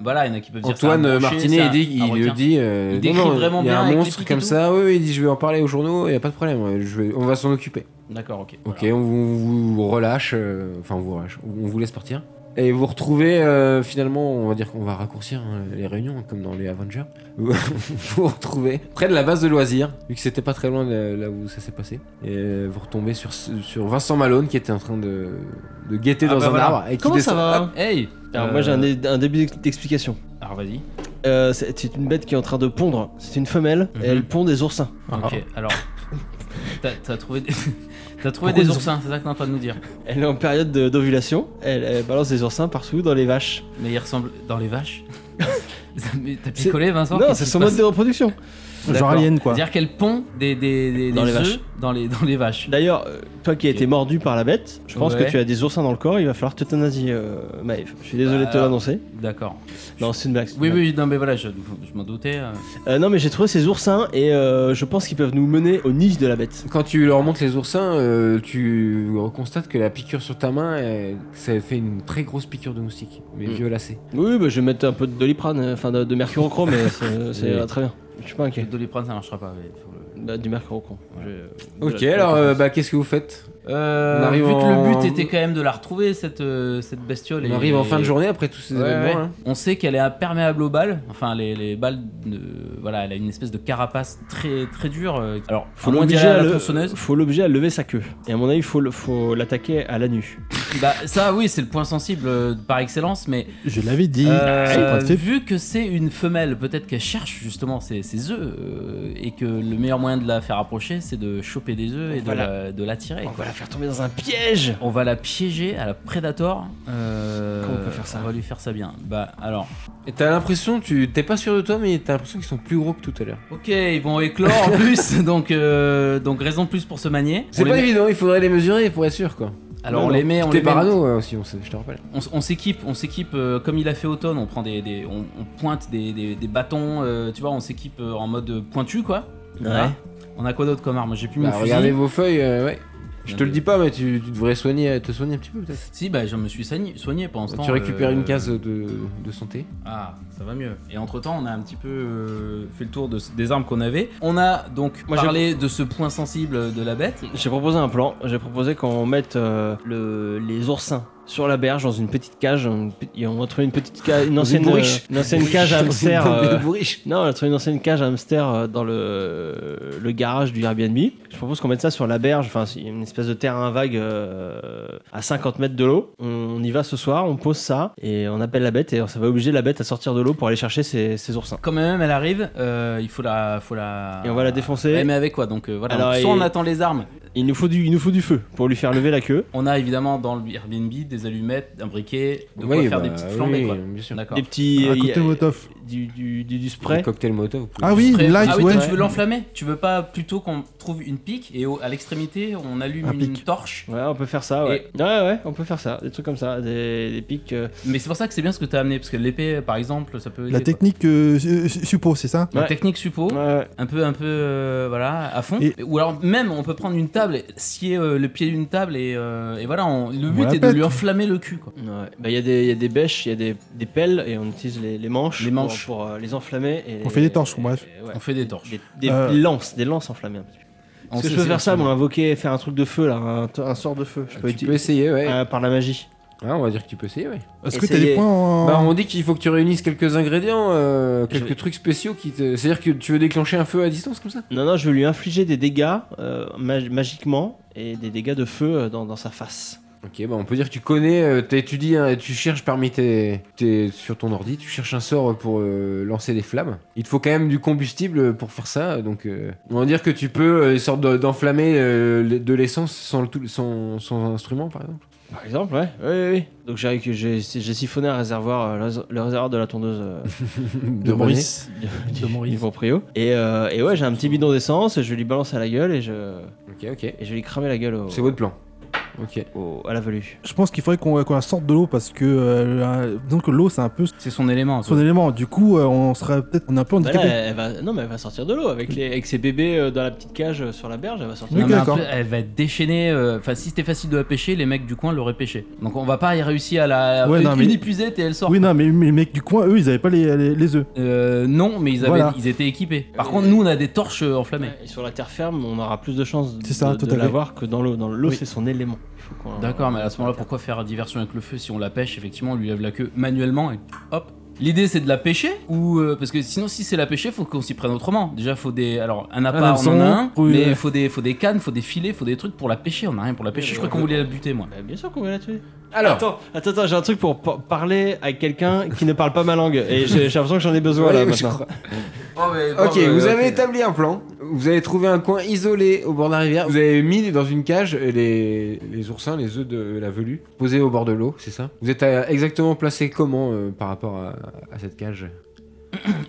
Voilà, il y en a qui peuvent dire. c'est un
Antoine euh,
brochet, c'est
Martinet,
un-
il, dit,
un
il le
requin.
dit. euh,
Il décrit vraiment
Il y a
bien
un
avec les
monstre
flics et
comme
tout.
ça, oui, oui, il dit je vais en parler aux journaux, il n'y a pas de problème, je vais- on va s'en occuper.
D'accord, ok.
Ok,
voilà.
on vous, vous relâche, euh, enfin on vous relâche, on vous laisse partir. Et vous retrouvez euh, finalement, on va dire qu'on va raccourcir hein, les réunions, comme dans les Avengers. vous vous retrouvez près de la base de loisirs, vu que c'était pas très loin de là où ça s'est passé. Et euh, vous retombez sur, sur Vincent Malone qui était en train de, de guetter
Ah
dans
bah
un
voilà.
arbre. Et qui
Comment ça
descend-
va hein
Hop.
Hey
Alors,
Euh,
moi, j'ai un, dé- un début d'explication.
Alors, vas-y.
Euh, c'est c'est une bête qui est en train de pondre. C'est une femelle
Mhm.
et elle pond des oursins.
Ok,
Ah.
alors. T'as t'as trouvé des. T'as trouvé des oursins, c'est ça que t'es en train de nous dire.
Elle est en période de- d'ovulation. Elle, elle balance des oursins partout dans les vaches.
Mais il ressemble dans les vaches. Mais T'as picolé, Vincent
non,
Qu'est-ce
c'est
qui
son
se
mode
passe
de reproduction.
Genre alien, quoi.
C'est-à-dire qu'elle pond des, des, des,
Dans
des
les
œufs
vaches.
Dans, les, dans les vaches.
D'ailleurs, euh, toi qui as été
Ok.
mordu par la bête, je pense
Ouais.
que tu as des oursins dans le corps. Il va falloir t'euthanasier, euh, Maëv. Je suis désolé de te
Bah,
l'annoncer.
D'accord.
Non, c'est une blague. c'est une
Oui,
blague.
oui, non, mais voilà, je, je m'en doutais. euh.
Euh, non, mais j'ai trouvé ces oursins et euh, je pense qu'ils peuvent nous mener au nid de la bête.
Quand tu leur montres les oursins, euh, tu constates que la piqûre sur ta main, euh, ça fait une très grosse piqûre de moustique, mais
Mm.
violacée.
Oui, bah, je vais mettre un peu de doliprane, euh, enfin de, de mercurochrome, mais c'est c'est-
Oui.
ah, très bien. Je suis pas
Le
inquiet.
Doliprane, ça marchera pas. mais faut le-
Bah, du mercurochrome.
Ok, alors euh, bah, qu'est-ce que vous faites
Euh,
On arrive
vu que le
en-
but était quand même de la retrouver, cette, euh, cette bestiole.
On
et-
arrive en fin de
et-
journée après tous ces
Ouais,
événements.
ouais.
hein.
On sait qu'elle est imperméable aux balles. Enfin, les, les balles. de- voilà, elle a une espèce de carapace très très dure. euh. Alors,
Faut
à moins d'y aller
l'obliger à,
à la
le-
tronçonneuse.
faut l'obliger à lever sa queue. Et à mon avis, faut le- faut l'attaquer à la nuit.
Bah, ça, oui, c'est le point sensible euh, par excellence, mais
Je l'avais dit.
Ah,
Euh,
c'est pas de fait.
vu que c'est une femelle, peut-être qu'elle cherche justement ses, ses œufs euh, et que le meilleur moyen de la faire approcher, c'est de choper des œufs et de
Voilà.
la- de l'attirer.
On va la faire tomber dans un piège.
On va la piéger à la Predator. euh,
Comment on peut faire ça
On va lui faire ça bien. Bah alors.
Et t'as l'impression, tu t'es pas sûr de toi, mais t'as l'impression qu'ils sont plus gros que tout à l'heure.
Ok, ils vont éclore en plus, donc euh, donc raison de plus pour se manier.
C'est
On les
pas
met-
évident, il faudrait les mesurer pour être sûr quoi.
Alors on les met, on
T'es
les met-
parano euh, aussi, on sait, je te rappelle.
on, s- on s'équipe, on s'équipe euh, comme il a fait automne, on prend des, des- on, on pointe des, des- des bâtons, euh, tu vois, on s'équipe euh, en mode pointu quoi. Voilà. On a quoi d'autre comme arme J'ai plus
Bah,
mon fusil.
regardez vos feuilles, euh, ouais. Je te le dis pas, mais tu, tu devrais soigner, euh, te soigner un petit peu peut-être.
Si, bah, je me suis soigné, soigné pendant ce temps.
Tu récupères
euh,
une case de, de santé.
Ah, ça va mieux. Et entre-temps, on a un petit peu euh, fait le tour de- des armes qu'on avait. On a donc
Moi, j'ai-
parlé de ce point sensible de la bête.
J'ai proposé un plan. J'ai proposé qu'on mette euh, le- les oursins sur la berge dans une petite cage. une pe- et on a trouvé une petite cage, une ancienne,
bourriche.
euh, une ancienne cage à hamster. euh,
bourriche.
non, on a trouvé une ancienne cage à hamster euh, dans le, le garage du Airbnb. Je propose qu'on mette ça sur la berge. Enfin, c'est une espèce de terrain vague euh, à 50 mètres de l'eau. On, on y va ce soir, on pose ça et on appelle la bête et ça va obliger la bête à sortir de l'eau pour aller chercher ses, ses oursins.
Quand même, elle arrive, euh, il faut la, faut la.
Et on va la défoncer.
Ouais, mais avec quoi Donc euh, voilà.
Alors,
Donc, soit
et-
on attend les armes.
Il nous faut du, il nous faut du feu pour lui faire lever la queue.
On a évidemment dans le Airbnb des allumettes, un briquet, de quoi
Oui,
faire
bah,
des petites flambées.
oui,
quoi.
bien sûr.
D'accord.
Des petits.
Un
il y a-
cocktail Molotov.
Du, du, du, du
Le
spray.
cocktail Molotov. vous pouvez-
Ah oui,
Spray-
light,
ah oui,
ouais.
toi, tu veux l'enflammer Tu veux pas plutôt qu'on trouve une pique et au- à l'extrémité on allume
Un
une
pic.
torche
Ouais, on peut faire ça, ouais. Ouais, ouais, on peut faire ça. Des trucs comme ça, des, des pics. euh,
Mais c'est pour ça que c'est bien ce que t'as amené parce que l'épée par exemple ça peut. aider,
La
quoi.
technique euh, su- su- suppo, c'est ça
La
Ouais.
technique suppo.
Ouais, ouais.
Un peu, un peu, euh, voilà, à fond.
Et-
Ou alors même, on peut prendre une table, scier euh, le pied d'une table et, euh, et voilà. on- le
On
but
la
est de
pète.
lui enflammer le cul, quoi.
Ouais. Bah, il y, a des- il y a des bêches, il y a des, des pelles, et on utilise les, les manches,
Les manches.
pour, pour, euh, les enflammer. Et
On fait des torches, bref.
et ouais.
On fait des torches.
Des, des
Euh.
lances, des lances enflammées.
On
Est-ce que
sait-
je peux
c'est- Ah,
faire ça, moi, invoquer, faire un truc de feu, là, un, un sort de feu. Je peux
Tu
utiliser.
peux essayer, ouais.
euh, par la magie.
Ah, on va dire que tu peux essayer, ouais.
Est-ce que t'as
Essayez.
des points en.
Bah, on dit qu'il faut que tu réunisses quelques ingrédients, euh, quelques
Je-
trucs spéciaux qui te. C'est-à-dire que tu veux déclencher un feu à distance comme ça
Non, non, je vais lui infliger des dégâts euh, mag- magiquement et des dégâts de feu euh, dans, dans sa face.
Ok, bah on peut dire que tu connais, euh, t'étudies, hein, tu cherches parmi tes, tes- Sur ton ordi, tu cherches un sort pour euh, lancer des flammes. Il te faut quand même du combustible pour faire ça, donc. euh, on va dire que tu peux, euh, sorte de- d'enflammer euh, le- de l'essence sans, le tout- sans, sans instrument, par exemple.
Par exemple, ouais. Oui, oui, oui. Donc j'ai j'ai- j'ai siphonné un réservoir, euh, le rés- le réservoir de la tondeuse euh,
De
de
René.
Maurice
du-
De Maurice.
du proprio. Et, euh, et ouais, j'ai un petit bidon d'essence, et je lui balance à la gueule et je,
Ok, ok.
et je lui cramer la gueule au,
C'est votre plan. Ok.
au- à la velue.
Je pense qu'il faudrait qu'on qu'on la sorte de l'eau parce que euh, donc l'eau c'est un peu
C'est son élément.
son
ça.
élément. Du coup, euh, on serait peut-être on est un peu
Bah là,
handicapé.
elle va, non, mais elle va sortir de l'eau avec, les, avec ses bébés euh, dans la petite cage euh, sur la berge. Elle va sortir.
Oui,
Non, mais un
d'accord.
peu, elle va être déchaînée. euh, Enfin, si c'était facile de la pêcher, les mecs du coin l'auraient pêchée. Donc, on va pas y réussir à la.
Ouais,
une
non, mais-
épuisette et elle sort.
oui, non, mais, mais les mecs du coin, eux, ils avaient pas les, les, les œufs.
Euh, non, mais ils, avaient,
Voilà.
ils étaient équipés. Par contre, nous, on a des torches euh, enflammées.
Ouais, Et sur la terre ferme, on aura plus de chances de,
C'est ça,
de-
tout
de
à fait.
l'avoir que dans l'eau. Dans l'eau,
Oui.
c'est son élément. Il faut qu'on-
D'accord, mais à ce moment-là, pourquoi faire diversion avec le feu si on la pêche Effectivement, on lui lève la queue manuellement et hop. L'idée c'est de la pêcher ou euh, parce que sinon si c'est la pêcher faut qu'on s'y prenne autrement. Déjà faut des alors un appât on en
hameçon,
a un
oui,
mais
ouais.
faut des faut des cannes, faut des filets, faut des trucs pour la pêcher, on a rien pour la pêcher.
mais
Je crois
on
qu'on
peut-
voulait la buter moi.
Bah, bien sûr qu'on va la tuer.
Alors,
Attends, attends, attends, j'ai un truc pour par- parler à quelqu'un qui ne parle pas ma langue. Et j'ai j'ai l'impression que j'en ai besoin
Ouais,
là
oui,
maintenant.
je crois. Ok, vous avez établi un plan, vous avez trouvé un coin isolé au bord de la rivière, vous avez mis dans une cage les, les oursins, les œufs de la velue, posés au bord de l'eau, c'est ça Vous êtes euh, exactement placé comment euh, par rapport à, à cette cage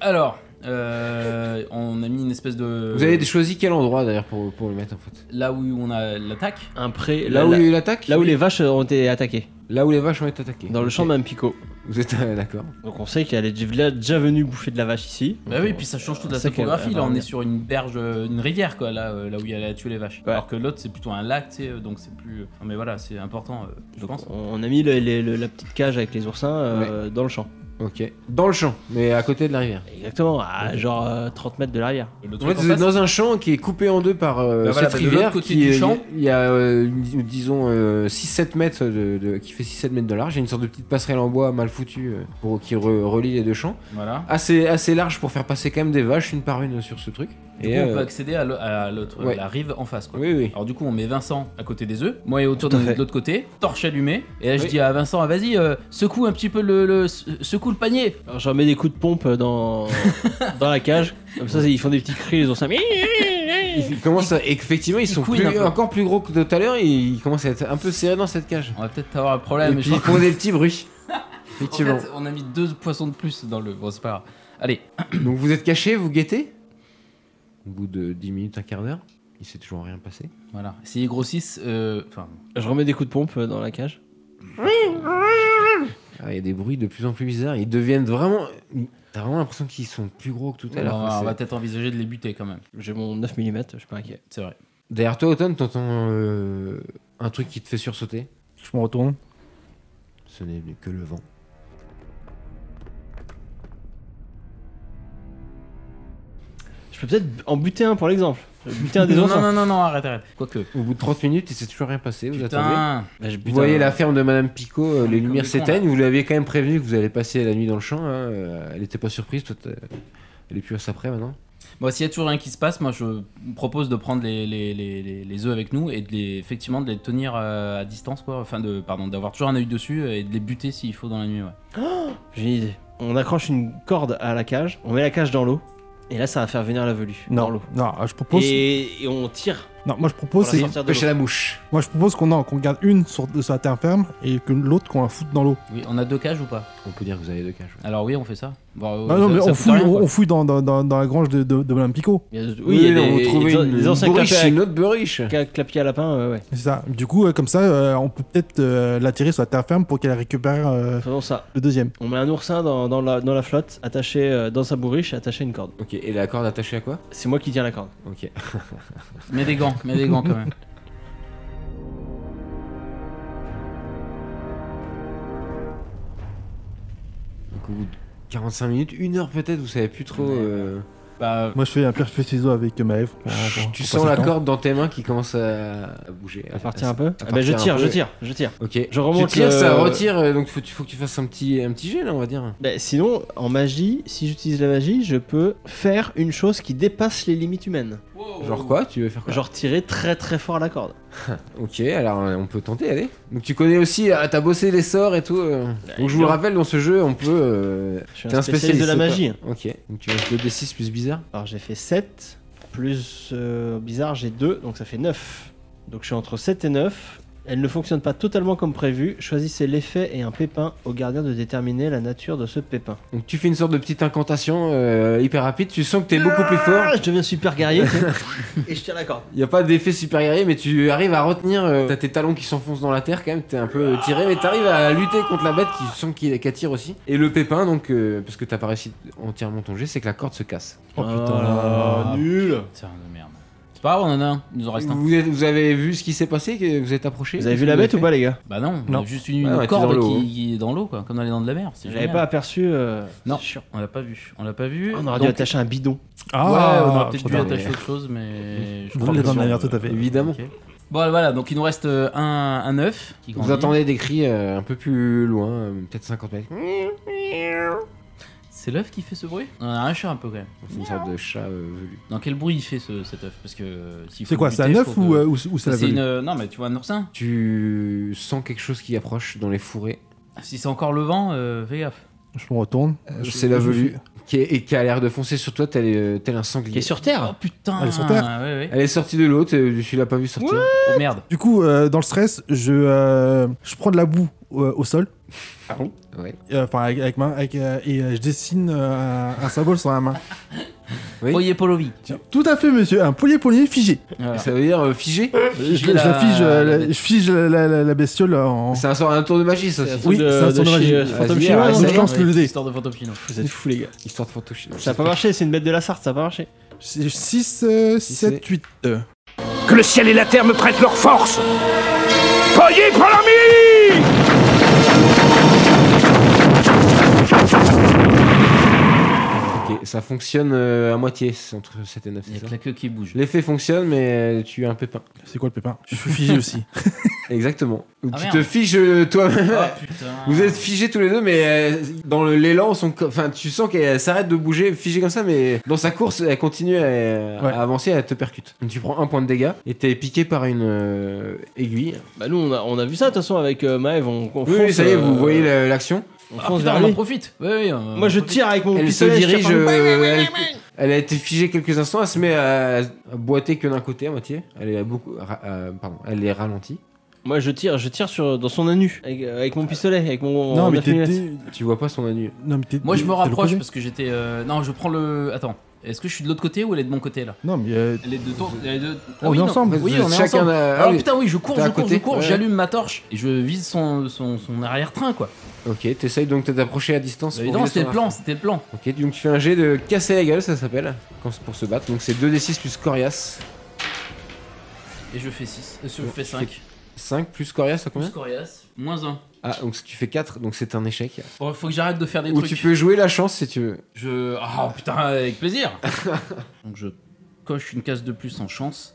Alors euh, on a mis une espèce de
Vous
Euh.
avez choisi quel endroit d'ailleurs pour, pour le mettre en fait
là où on a l'attaque.
Un pré.
Là
la-
où
la-
il y a eu l'attaque
là où les vaches ont été attaquées.
Là où les vaches ont été attaquées.
Dans le
Ok.
champ d'un picot.
Vous êtes euh, d'accord.
Donc on sait qu'elle est déjà- déjà venue bouffer de la vache ici.
Bah oui, puis ça change toute la
C'est qu'on-
topographie. Là,
on
on
revient.
est sur une berge, euh, une rivière, quoi, là, euh, là où il y a tué les vaches.
Ouais.
Alors que l'autre, c'est plutôt un lac, tu sais, euh, donc c'est plus. Non, mais voilà, c'est important, euh, je
Donc
pense.
on a mis le- le- le- la petite cage avec les oursins euh, dans le champ.
Ok. Dans le champ, mais à côté de la rivière.
Exactement, à genre euh, 30 mètres de l'arrière.
Le
En
truc
fait,
en
vous êtes
face,
dans un champ qui est coupé en deux par euh,
Bah voilà,
cette
bah de l'autre
rivière.
côté
qui
du
est-
champ.
Il y a, euh, une- disons, euh, 6-7 mètres, de, de- qui fait 6-7 mètres de large. Il y a une sorte de petite passerelle en bois mal foutue euh, pour, qui re- relie les deux champs.
Voilà.
Assez, assez large pour faire passer quand même des vaches une par une sur ce truc.
Du
Et,
coup, on
euh,
peut accéder à l'autre- à l'autre,
ouais.
la rive en face, quoi.
Oui, oui.
Alors du coup, on met Vincent à côté des œufs, moi et autour de,
fait.
de l'autre côté, torche allumée. Et là, je
Oui.
dis à Vincent, ah, vas-y, euh, secoue un petit peu le, le- secoue le panier.
Alors j'en mets des coups de pompe dans, dans la cage. Comme ça, ils font des petits cris, les oursins.
Ils commencent à- effectivement, ils sont
Ah. couinent
plus-
un peu.
encore plus gros que tout à l'heure. et Ils commencent à être un peu serrés dans cette cage.
On va peut-être avoir un
Et
problème. mais
puis
je
ils
crois
font des petits bruits.
qu'en
Effectivement.
fait, on a mis deux poissons de plus dans le. Bon, c'est pas grave. Allez,
Donc vous êtes caché, vous guettez. Au bout de 10 minutes, un quart d'heure, il s'est toujours rien passé.
voilà. S'ils grossissent, euh, enfin,
Je remets des coups de pompe dans la cage.
Ah, il y a des bruits de plus en plus bizarres. Ils deviennent vraiment. T'as vraiment l'impression qu'ils sont plus gros que tout à
on
l'heure.
va- on
C'est-
va peut-être envisager de les buter quand même.
J'ai mon 9 mm, je suis pas inquiet.
C'est vrai.
Derrière toi, Autumn, t'entends euh, un truc qui te fait sursauter.
Je me retourne.
Ce n'est que le vent.
Je peux peut-être en buter un pour l'exemple. Buter un des
non,
autres.
non, non, non, non, arrête, arrête. Quoique.
Au bout de 30 minutes, il s'est toujours rien passé. Vous attendez.
Putain.
Bah, je bute
Vous voyez
un-
la ferme de Madame Picot, euh,
Ah,
les
Comme
lumières
des cons,
s'éteignent. Vous l'avez quand même prévenu que vous allez passer la nuit dans le champ. hein, euh, Elle n'était pas surprise. Toi, t'as- elle est plus à ça près maintenant.
Bon, s'il y a toujours rien qui se passe, moi je propose de prendre les, les, les, les- les œufs avec nous et de les, effectivement de les tenir euh, à distance, quoi. Enfin, de, pardon, d'avoir toujours un œil dessus et de les buter s'il faut dans la nuit, ouais.
J'ai une idée. On accroche une corde à la cage, on met la cage dans l'eau, et là ça va faire venir la velue dans
Non,
l'eau.
non, je propose.
Et, et on tire
Non, moi je
pour
propose,
la
c'est-
sortir de
Pêche à
l'eau.
la mouche.
moi je propose qu'on en- qu'on garde une sur, sur la terre ferme et que l'autre qu'on la foute dans l'eau.
Oui, on a deux cages ou pas
On peut dire que vous avez deux cages. ouais.
Alors oui, on fait ça. Bon,
Ah
euh,
non,
ça-
mais
ça
on
coûte
fouille,
rien,
on,
quoi.
on fouille dans, dans, dans, dans la grange de, de, de Madame Picot.
Il y a- oui, il y a
non,
des,
on trouvait
des-
une,
des anciens
bourriche,
clapiers
une autre bourriche.
à, clapiers à lapin, ouais, ouais.
C'est ça. Du coup, euh, comme ça, euh, on peut peut-être euh, l'attirer sur la terre ferme pour qu'elle récupère euh,
Faisons ça.
le deuxième.
On met un oursin dans, dans la, dans la flotte, attaché euh, dans sa bourriche, attaché à une corde.
Ok, et la corde attachée à quoi
C'est moi qui tiens la corde.
Ok.
Mets des gants, mets des gants quand même.
Donc, au bout de 45 minutes, une heure peut-être, vous savez plus trop. euh,
Bah,
Moi, je fais un pire feu ciseau avec euh, Maëv.
tu sens la corde dans tes mains qui commence à, à bouger.
À partir un peu
à
Ah bah, Je
partir euh, un
tire,
peu.
je tire, je tire.
Ok.
Je remonte
Tu tires,
le-
ça retire, euh, donc faut, tu- faut que tu fasses un petit, un petit jet là, on va dire.
Bah, sinon, en magie, si j'utilise la magie, je peux faire une chose qui dépasse les limites humaines.
Genre quoi Tu veux faire quoi
Genre tirer très très fort la corde.
Ok, alors euh, on peut tenter, allez. Donc tu connais aussi, ah, t'as bossé les sorts et tout. euh. donc je vous le
Bah, évidemment.
rappelle, dans ce jeu, on peut. euh,
Je suis
t'es
un spécialiste de la
c'est
magie.
pas- Ok, donc tu vas 2 des 6 plus bizarre.
Alors j'ai fait 7, plus euh, bizarre j'ai 2, donc ça fait 9. Donc je suis entre 7 et 9. Elle ne fonctionne pas totalement comme prévu. Choisissez l'effet et un pépin au gardien de déterminer la nature de ce pépin.
Donc tu fais une sorte de petite incantation euh, hyper rapide, tu sens que t'es beaucoup plus fort.
Ah, je deviens super guerrier tu sais. et je tire la corde.
Y a pas d'effet super guerrier, mais tu arrives à retenir. euh, T'as tes talons qui s'enfoncent dans la terre quand même, t'es un peu euh, tiré, mais t'arrives à lutter contre la bête qui sent qu'il- qu'elle tire aussi. Et le pépin, donc, euh, parce que t'as pas réussi entièrement ton jet, c'est que la corde se casse.
Oh putain.
Ah, nul.
putain de merde. C'est pas grave, on en a un. Il nous en
Mm.
reste un.
Vous, êtes- vous avez vu ce qui s'est passé que Vous êtes approché
Vous avez vu la bête ou pas les gars
Bah non,
Non.
on a juste une,
Ouais,
une
ouais, t'es dans
corde
l'eau,
qui,
hein.
qui est dans l'eau, quoi, comme dans les dents de la mer. c'est
J'avais
génial.
pas aperçu. euh,
Non.
c'est chiant.
On l'a pas vu. On l'a pas vu.
On aurait dû
Donc-
attacher un bidon.
Ah,
ouais, on aurait peut-être
trop
dû
tard.
attacher autre chose, mais. je
Vous
crois
l'êtes
que
dans
sur-
la mer, tout à fait.
Évidemment.
Ok. Bon, voilà, donc il nous reste euh, un, un œuf qui
Vous
grandit.
attendez des cris euh, un peu plus loin, euh, peut-être 50 mètres.
C'est l'œuf qui fait ce bruit On en a un chat un peu quand même.
C'est une sorte de chat euh, velu.
Dans quel bruit il fait ce, cet œuf Parce que euh, s'il
C'est
faut
quoi
le
C'est un
buter,
œuf
faut
ou,
que-
euh, ou, ou c'est la
C'est
velue
une. euh, Non, mais tu vois un oursin
Tu sens quelque chose qui approche dans les fourrés.
Si c'est encore le vent, euh, fais gaffe.
Je me retourne.
Euh,
Je-
Euh, C'est la
je-
velue qui, est- et qui a l'air de foncer sur toi tel, euh, tel un sanglier.
Qui est sur terre
Oh putain
Elle est sur terre.
ouais, ouais.
Elle est sortie de euh, l'eau, t'es- tu l'as pas vu sortir.
Oh merde
Du coup, euh, dans le stress, je, euh, je prends de la boue euh, au sol.
Ouais.
Euh, Enfin, avec, avec ma avec, euh, et euh, je dessine euh, un symbole sur la main.
Oui.
Oye Polovi
Tout à fait, monsieur. Un poignet poignet figé.
Voilà.
Ça veut dire euh, figé
Je, je la fige, euh, la- je fige la, la- la- la bestiole en.
C'est un sort un tour de magie ça aussi.
Oui, c'est un son de magie.
Vas-y,
Fantôme
alors,
chinois.
essaye.
je lance le dé.
Histoire de fantôme chinois.
Vous êtes fous les gars.
Histoire de fantoche.
Ça a pas marché, c'est une bête de la Sarthe, ça a pas marché.
6,
Si
7,
c'est-
8.
Que le ciel et la terre me prêtent leur force Poyez pour l'ami
Ok, ça fonctionne euh, à moitié, c'est entre 7 et 9.
Il y
c'est ça
a que la queue qui bouge.
L'effet fonctionne, mais euh, tu as un pépin.
C'est quoi le pépin Je suis figé aussi.
Exactement. Donc,
Ah,
tu
merde.
te figes euh, toi-même.
Ah putain
Vous êtes figés tous les deux, mais euh, dans le- l'élan, son co- enfin, tu sens qu'elle s'arrête de bouger, figée comme ça, mais dans sa course, elle continue à, à
Ouais.
avancer, elle te percute. Donc, tu prends un point de dégâts et t'es piqué par une euh, aiguille.
Bah nous on a, on a vu ça de toute façon avec euh, Maëv, on, on
Oui,
fonce,
oui, ça y est,
euh,
vous voyez la- l'action.
On
Ah,
fonce
putain,
vers
on en
lui.
profite Oui, oui, on-
Moi je tire avec mon
Elle se
pistolet. je tire
dirige.
par le-
euh, elle, elle a été figée quelques instants. Elle se met à, à boiter que d'un côté à moitié. Elle est à beaucoup. ra- euh, pardon. Elle est ralentie.
Moi je tire, je tire sur dans son anus avec, euh, avec mon pistolet, avec mon
Non, mais
9
t'es.
mm.
t'es-
Tu vois pas son anus.
Non, mais t'es.
Moi je
t'es
me
le
rapproche
premier.
parce que j'étais. euh, Non, je prends le. Attends. Est-ce que je suis de l'autre côté ou elle est de mon côté là
Non, mais. euh,
Elle est de ton. Elle est de...
Ah,
on est
non.
ensemble.
Oui,
Vous
on
êtes
est
chacun
ensemble.
à- ah
Alors
oui.
putain, oui, je cours,
T'es à
je cours, je
côté
cours,
Ouais.
j'allume ma torche et je vise son, son, son arrière-train quoi.
Ok. T'essayes donc de t'approcher à distance.
Bah,
pour
évidemment,
viser
c'était
son
le plan, c'était le plan.
Ok, donc tu fais un jet de casser la gueule, ça s'appelle, quand c'est pour se battre. Donc c'est 2d6 plus coriace.
Et je fais 6. Je
Donc,
fais
tu
5.
fais 5 plus Corias, ça combien
Plus coriace. Moins 1.
Ah, donc tu fais 4, donc c'est un échec.
Bon, faut que j'arrête de faire des
Ou
trucs.
tu peux jouer la chance si tu veux.
Je. Ah putain, avec plaisir Donc je coche une case de plus en chance.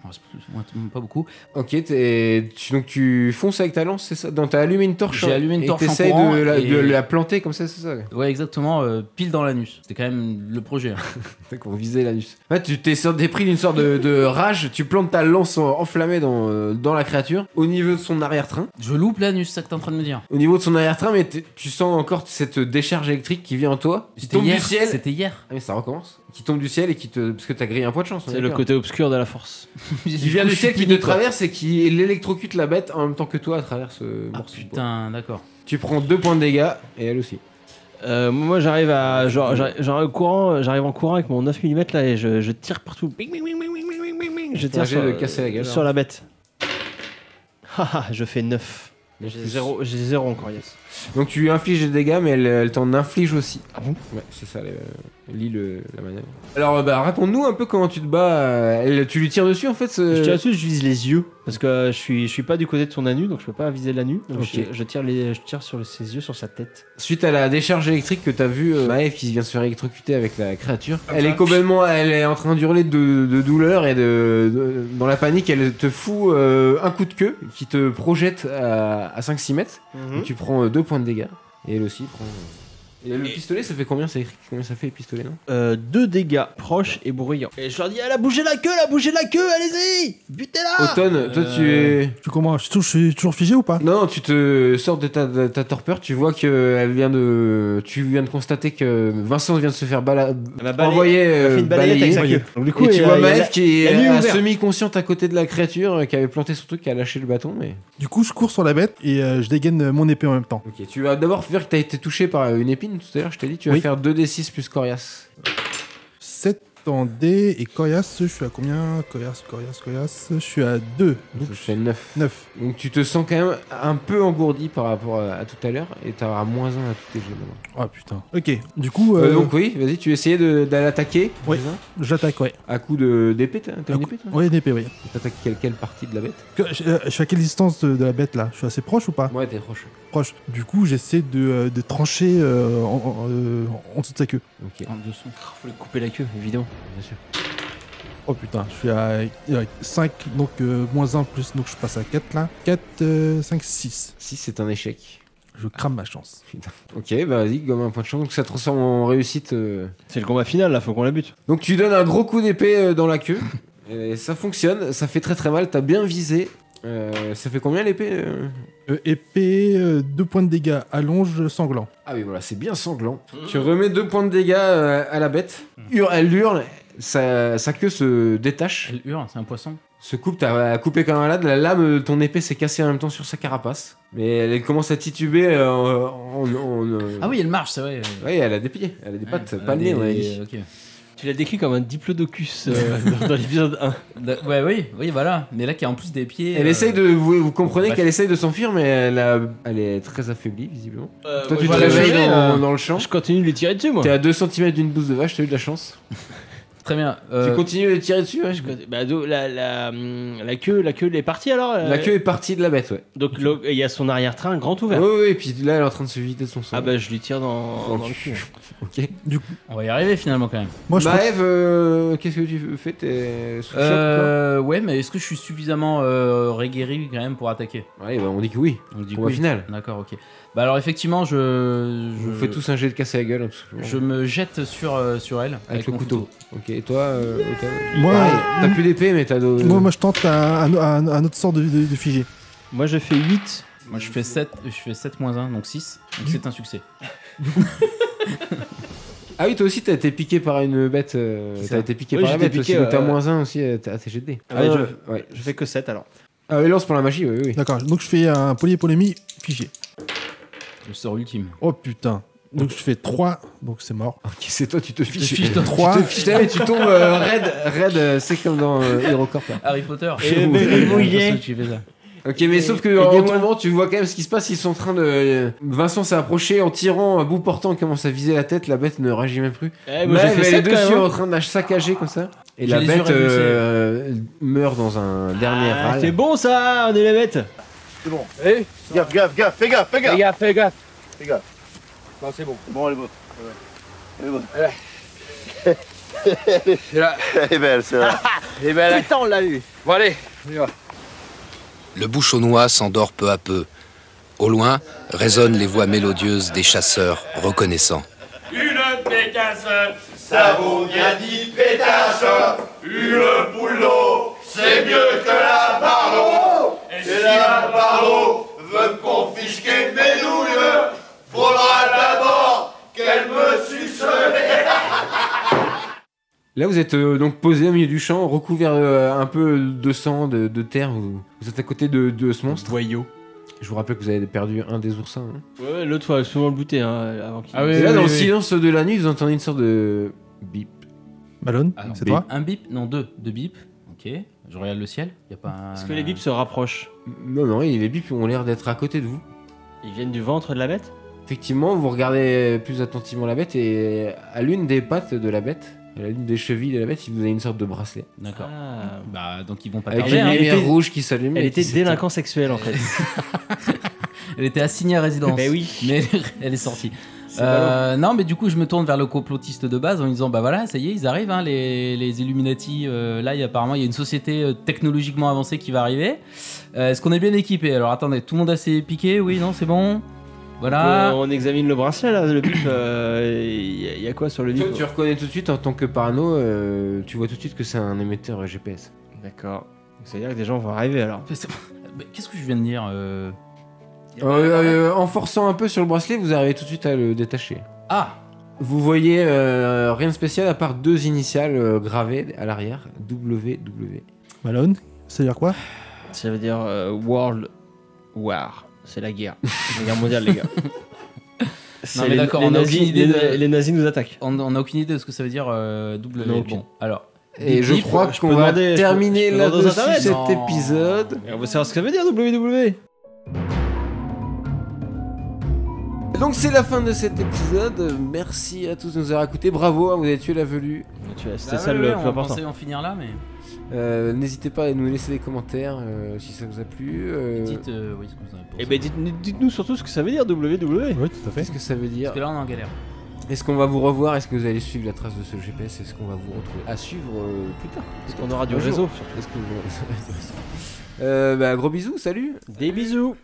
Il m'en reste plus- il m'en reste pas beaucoup.
Ok, t'es- tu, donc tu fonces avec ta lance, c'est ça Donc t'as allumé une torche.
J'ai
hein,
allumé une
et
torche en
t'essayes
courant
de, la-
et-
de la planter comme ça, c'est ça
Ouais, exactement, euh, pile dans l'anus. C'était quand même le projet. hein.
T'as qu'on visait l'anus. Ouais, tu t'es sur- t'es pris d'une sorte de, de rage, tu plantes ta lance en- enflammée dans, euh, dans la créature, au niveau de son arrière-train.
Je loupe l'anus, c'est ça que t'es en train de me dire.
Au niveau de son arrière-train, mais t'es- tu sens encore cette décharge électrique qui vient en toi, qui
C'était
tombe
hier.
du ciel.
C'était hier.
Ah, mais ça recommence. Qui tombe du ciel et qui te. Parce que t'as grillé un point de chance. on est
C'est le
d'accord.
côté obscur de la force.
Qui vient du ciel, qui te
puni, quoi.
traverse et qui électrocute la bête en même temps que toi à travers ce
Ah
morceau. de bois.
putain, d'accord.
Tu prends deux points de dégâts et elle aussi.
Euh, moi j'arrive à genre, j'arrive j'arrive au courant, j'arrive en courant avec mon 9 mm là et je, je tire partout. Bing, bing, bing, bing, bing, bing, bing, bing, bing. Je
un
tire
jet
sur,
de casser la gueule,
sur
hein.
la bête. Haha, je fais 9. J'ai 0 j'ai zéro encore yes.
Donc tu lui infliges des dégâts, mais elle, elle t'en inflige aussi.
Ah bon
Ouais, c'est ça, le- lis le- la manœuvre. Alors, euh, bah, raconte-nous un peu comment tu te bats. euh, elle- tu lui tires dessus en fait ce-
Je tire dessus, je vise les yeux parce que euh, je suis je suis pas du côté de son anus donc je peux pas viser l'anus. Donc
Ok.
je, je tire les je tire sur le- ses yeux sur sa tête.
Suite à la décharge électrique que t'as vu, euh, Maeve qui vient se faire électrocuter avec la créature.
Ah
Elle
bah.
est complètement, elle est en train d'hurler de, de douleur et de, de- dans la panique, elle te fout euh, un coup de queue qui te projette à, à 5-6 mètres.
Hmm.
Et Tu prends euh, deux points de dégâts et elle aussi prend. euh, Et le pistolet, ça fait combien ça, écrit combien ça fait le pistolet non
Euh, deux dégâts proches et bruyants. Et je leur dis elle a bougé la queue, elle a bougé la queue, allez-y, butez-la.
Automne, toi tu
euh,
es.
Tu comprends je, suis tou- je suis toujours figé ou pas
Non, non, tu te sors de ta, de ta torpeur, tu vois que elle vient de, tu viens de constater que Vincent vient de se faire bala-
Elle a balayé-
envoyer,
elle a fait
euh,
une balayette avec sa
balayer.
queue. Donc, du coup,
et tu
elle-
vois
elle-
Maëv qui
elle a mis
est à
ouvert.
semi-consciente à côté de la créature euh, qui avait planté son truc, qui a lâché le bâton. Mais
Du coup, je cours sur la bête et euh, je dégaine euh, mon épée en même temps.
ok, tu vas d'abord faire que t'as été touché par une épine tout à l'heure. Je t'ai dit, tu vas
Oui.
faire 2d6 plus coriace.
7 en D et coriace, je suis à combien Coriace, coriace, coriace, je suis à 2.
Donc je fais 9.
9.
Donc tu te sens quand même un peu engourdi par rapport à, à tout à l'heure et t'auras moins 1 à tous tes jeux maintenant.
Ah putain. Ok, du coup, euh,
Euh, donc oui, vas-y, tu essayais de, d'aller attaquer
Oui.
c'est ça
je l'attaque, ouais.
à coup de d'épée. T'as t'as
Un
une
coup-
épée toi
Ouais, une épée, oui.
T'attaques quelle, quelle partie de la bête
Je, euh, je suis à quelle distance de, de la bête là Je suis assez proche ou pas
Ouais, t'es proche.
Proche. Du coup, j'essaie de, euh, de trancher euh, en, en- euh, en dessous de sa queue.
Ok,
En dessous.
Faut lui couper la queue évidemment.
bien sûr.
Oh putain, je suis à 5, donc euh, moins 1 plus, donc je passe à 4 là. 4, 5, 6.
6, c'est un échec.
Je crame ma chance.
Ok, bah vas-y, gomme un point de chance. Donc ça transforme en réussite. euh.
C'est le combat final là, faut qu'on la bute.
Donc tu donnes un gros coup d'épée euh, dans la queue. et ça fonctionne, ça fait très très mal. T'as bien visé. Euh, ça fait combien l'épée euh
Euh, épée, 2 points de dégâts, allonge, sanglant.
Ah oui, voilà, c'est bien sanglant. Tu remets deux points de dégâts euh, à la bête. Hur- elle hurle, sa, sa queue se détache,
Elle hurle, c'est un poisson.
se coupe. T'as coupé comme un malade. La lame de ton épée s'est cassée en même temps sur sa carapace. Mais elle, elle commence à tituber euh, en. en- en- euh,
Ah oui, elle marche, c'est vrai. Ah, euh,
Oui, elle a des pieds, elle a des pattes,
ouais, elle euh, a
pas de nez,
des-
on avait dit.
ok.
Tu l'as décrit comme un diplodocus euh, dans, dans l'épisode 1.
Da- Bah, Ouais, oui, oui, voilà. Mais là, qui a en plus des pieds.
Elle
euh,
essaye de. Vous, vous comprenez
bref.
qu'elle essaye de s'enfuir, mais elle, a- elle est très affaiblie, visiblement. Toi, tu te
moi, Euh, je
réveilles
vais,
dans,
euh,
dans le champ.
Je continue de lui tirer dessus moi.
T'es à 2 cm d'une bouse de vache, t'as eu de la chance.
Très bien. euh,
Tu continues de tirer dessus, ouais, je-
Je continue- bah, do- la, la, hum, la queue, la queue elle est partie alors. euh,
La queue est partie de la bête, ouais.
Donc le- il y a son arrière-train grand
Oui,
ouvert.
oui, et puis là, elle est en train de se vider de son sang.
Ah bah je lui tire dans,
Dans le
dans le cul.
ok.
On va y arriver finalement quand même.
Moi, je
Maëve, euh, qu'est-ce que tu fais T'es sous le choc,
Euh, ouais, mais est-ce que je suis suffisamment euh, reguéri quand même pour attaquer
quoi Ouais, bah, on dit que oui.
On dit
Combat
oui.
final.
D'accord, ok. Bah alors effectivement, je
Je
je,
vous fais tous un jet de casse à la gueule, hein, tout simplement.
je me jette sur euh, sur elle avec,
Avec le
mon
couteau. Ok, et toi, euh, Otan
Moi,
Pareil, T'as plus d'épée, mais t'as. de-
moi, moi, je tente un, un- un- un autre sort de, de- de figé.
Moi je fais 8.
Moi je fais 7, je fais 7 moins 1 donc 6. Donc c'est un succès.
Ah oui, toi aussi, t'as été piqué par une bête. euh,
C'est
T'as
ça.
été piqué
Oui,
par
j'ai
la bête
été
aussi,
piqué,
donc t'as
euh,
moins 1 aussi à ta à tes jets de dés.
Ah ouais,
ouais, ouais.
Je fais que 7 alors.
Ah oui, lance pour la magie, oui, oui.
D'accord, donc je fais un polypolémie figé.
Le sort ultime.
Oh putain. Donc je fais 3, donc c'est mort.
Ok, c'est toi, tu te fiches.
fiches
Tu te
de
3.
fiches, mais tu tombes euh, raide, raide, euh, c'est comme dans euh, HeroCorp. là.
Harry Potter.
Et Chez vous. Vérimouillé.
Tu fais ça.
Ok, mais sauf que en retombant, tu vois quand même ce qui se passe. Ils sont en train de. euh, Vincent s'est approché en tirant à bout portant, il commence à viser la tête. La bête ne réagit même plus.
Eh, moi, j'ai
mais elle
fait
est
sept, quand
dessus
même, hein.
en train de la saccager comme ça. Et
J'ai
la
les yeux
bête
révulsés.
euh, meurt dans un dernier
Ah,
râle.
c'est bon ça, on est les bêtes.
C'est bon. Eh Gaffe, gaffe, gaffe, fais gaffe, fais gaffe. Fais gaffe, fais gaffe. Fais gaffe. Non, c'est bon. Bon, elle est bonne. Elle est bonne. c'est là. Elle est belle, c'est là. Elle est belle. Putain, on l'a eu. Bon, allez, on y va.
Le bouchonnois s'endort peu à peu. Au loin, résonnent les voix mélodieuses des chasseurs reconnaissants.
Une pétasse, ça vaut bien dix pétasses. Une boulot, c'est mieux que la barreau. Et si la barreau veut confisquer mes nouilles, faudra d'abord qu'elle me suce
Là, vous êtes euh, donc posé au milieu du champ, recouvert euh, un peu de sang, de, de terre. Vous, vous êtes à côté de, de ce monstre.
Voyou.
Je vous rappelle que vous avez perdu un des oursins. hein.
Ouais, ouais, l'autre fois, souvent le bouter hein, avant qu'il.
Et là, dans le silence de la nuit, vous entendez une sorte de bip.
Malone,
Ah, non,
c'est
bip.
toi
Un bip Non, deux. Deux bips. Ok. Je regarde le ciel. Y a pas un...
Est-ce que les bips se rapprochent
Non, non, et les bips ont l'air d'être à côté de vous.
Ils viennent du ventre de la bête
Effectivement, vous regardez plus attentivement la bête et à l'une des pattes de la bête, à l'une des chevilles de la bête, vous avez une sorte de bracelet.
D'accord.
Ah.
Bah, donc ils vont pas
Avec
tarder.
une
hein.
lumière rouge qui s'allume.
Elle
et
était
qui s'éteint.
délinquant sexuel en fait.
Elle était assignée à résidence.
Ben oui.
Mais elle est sortie.
C'est
Euh, non, mais du coup, je me tourne vers le complotiste de base en lui disant Bah voilà, ça y est, ils arrivent, hein, les, les Illuminati. euh, là, il y a- apparemment, il y a une société euh, technologiquement avancée qui va arriver. Euh, Est-ce qu'on est bien équipé Alors attendez, tout le monde a ses piquets Oui, non, c'est bon Voilà.
Euh, on examine le bracelet là, le bip. Il y, a- y a quoi sur le
Toi,
bip
tu reconnais tout de suite en tant que parano, euh, tu vois tout de suite que c'est un émetteur GPS.
D'accord. Donc, Ça veut dire que des gens vont arriver alors.
Mais Qu'est-ce que je viens de dire euh
Euh, euh, en forçant un peu sur le bracelet, vous arrivez tout de suite à le détacher.
Ah
Vous voyez euh, rien de spécial à part deux initiales euh, gravées à l'arrière, WW.
Malone, c'est-à-dire quoi
Ça veut dire euh, World War. C'est la guerre. la guerre mondiale, les gars. C'est
Non, mais
les-
d'accord,
les
on a
nazis-
aucune idée
les-
de-
les nazis nous attaquent.
On on n'a aucune idée de ce que ça veut dire euh, W.
Non, aucune.
bon, alors.
Et
bip,
je
bip,
crois
je
qu'on
peux
va
demander- je peux-
terminer
je peux demander aux
là-dessus
internets.
cet
Non.
épisode.
Et on va savoir ce que ça veut dire E. WW.
Donc c'est la fin de cet épisode. Merci à tous de nous avoir écoutés. Bravo, hein, vous avez tué la velue.
Tu vois, C'était
Bah
ça
ouais,
le
ouais,
plus
on
important.
pensait en finir là, mais.
Euh, N'hésitez pas à nous laisser des commentaires euh, si ça vous a plu. euh,
Dites, euh, oui, ce que vous en avez pensé.
Et ben dites- dites-nous surtout ce que ça veut dire E. WW.
Oui, tout à fait.
Qu'est-ce que ça veut dire
Parce que là, on est en galère.
Est-ce qu'on va vous revoir Est-ce que vous allez suivre la trace de ce GPS Est-ce qu'on va vous retrouver à suivre euh, plus tard
Parce qu'on aura du
Un jour.
réseau surtout.
Est-ce que vous- Euh, bah, gros bisous, salut
Des bisous.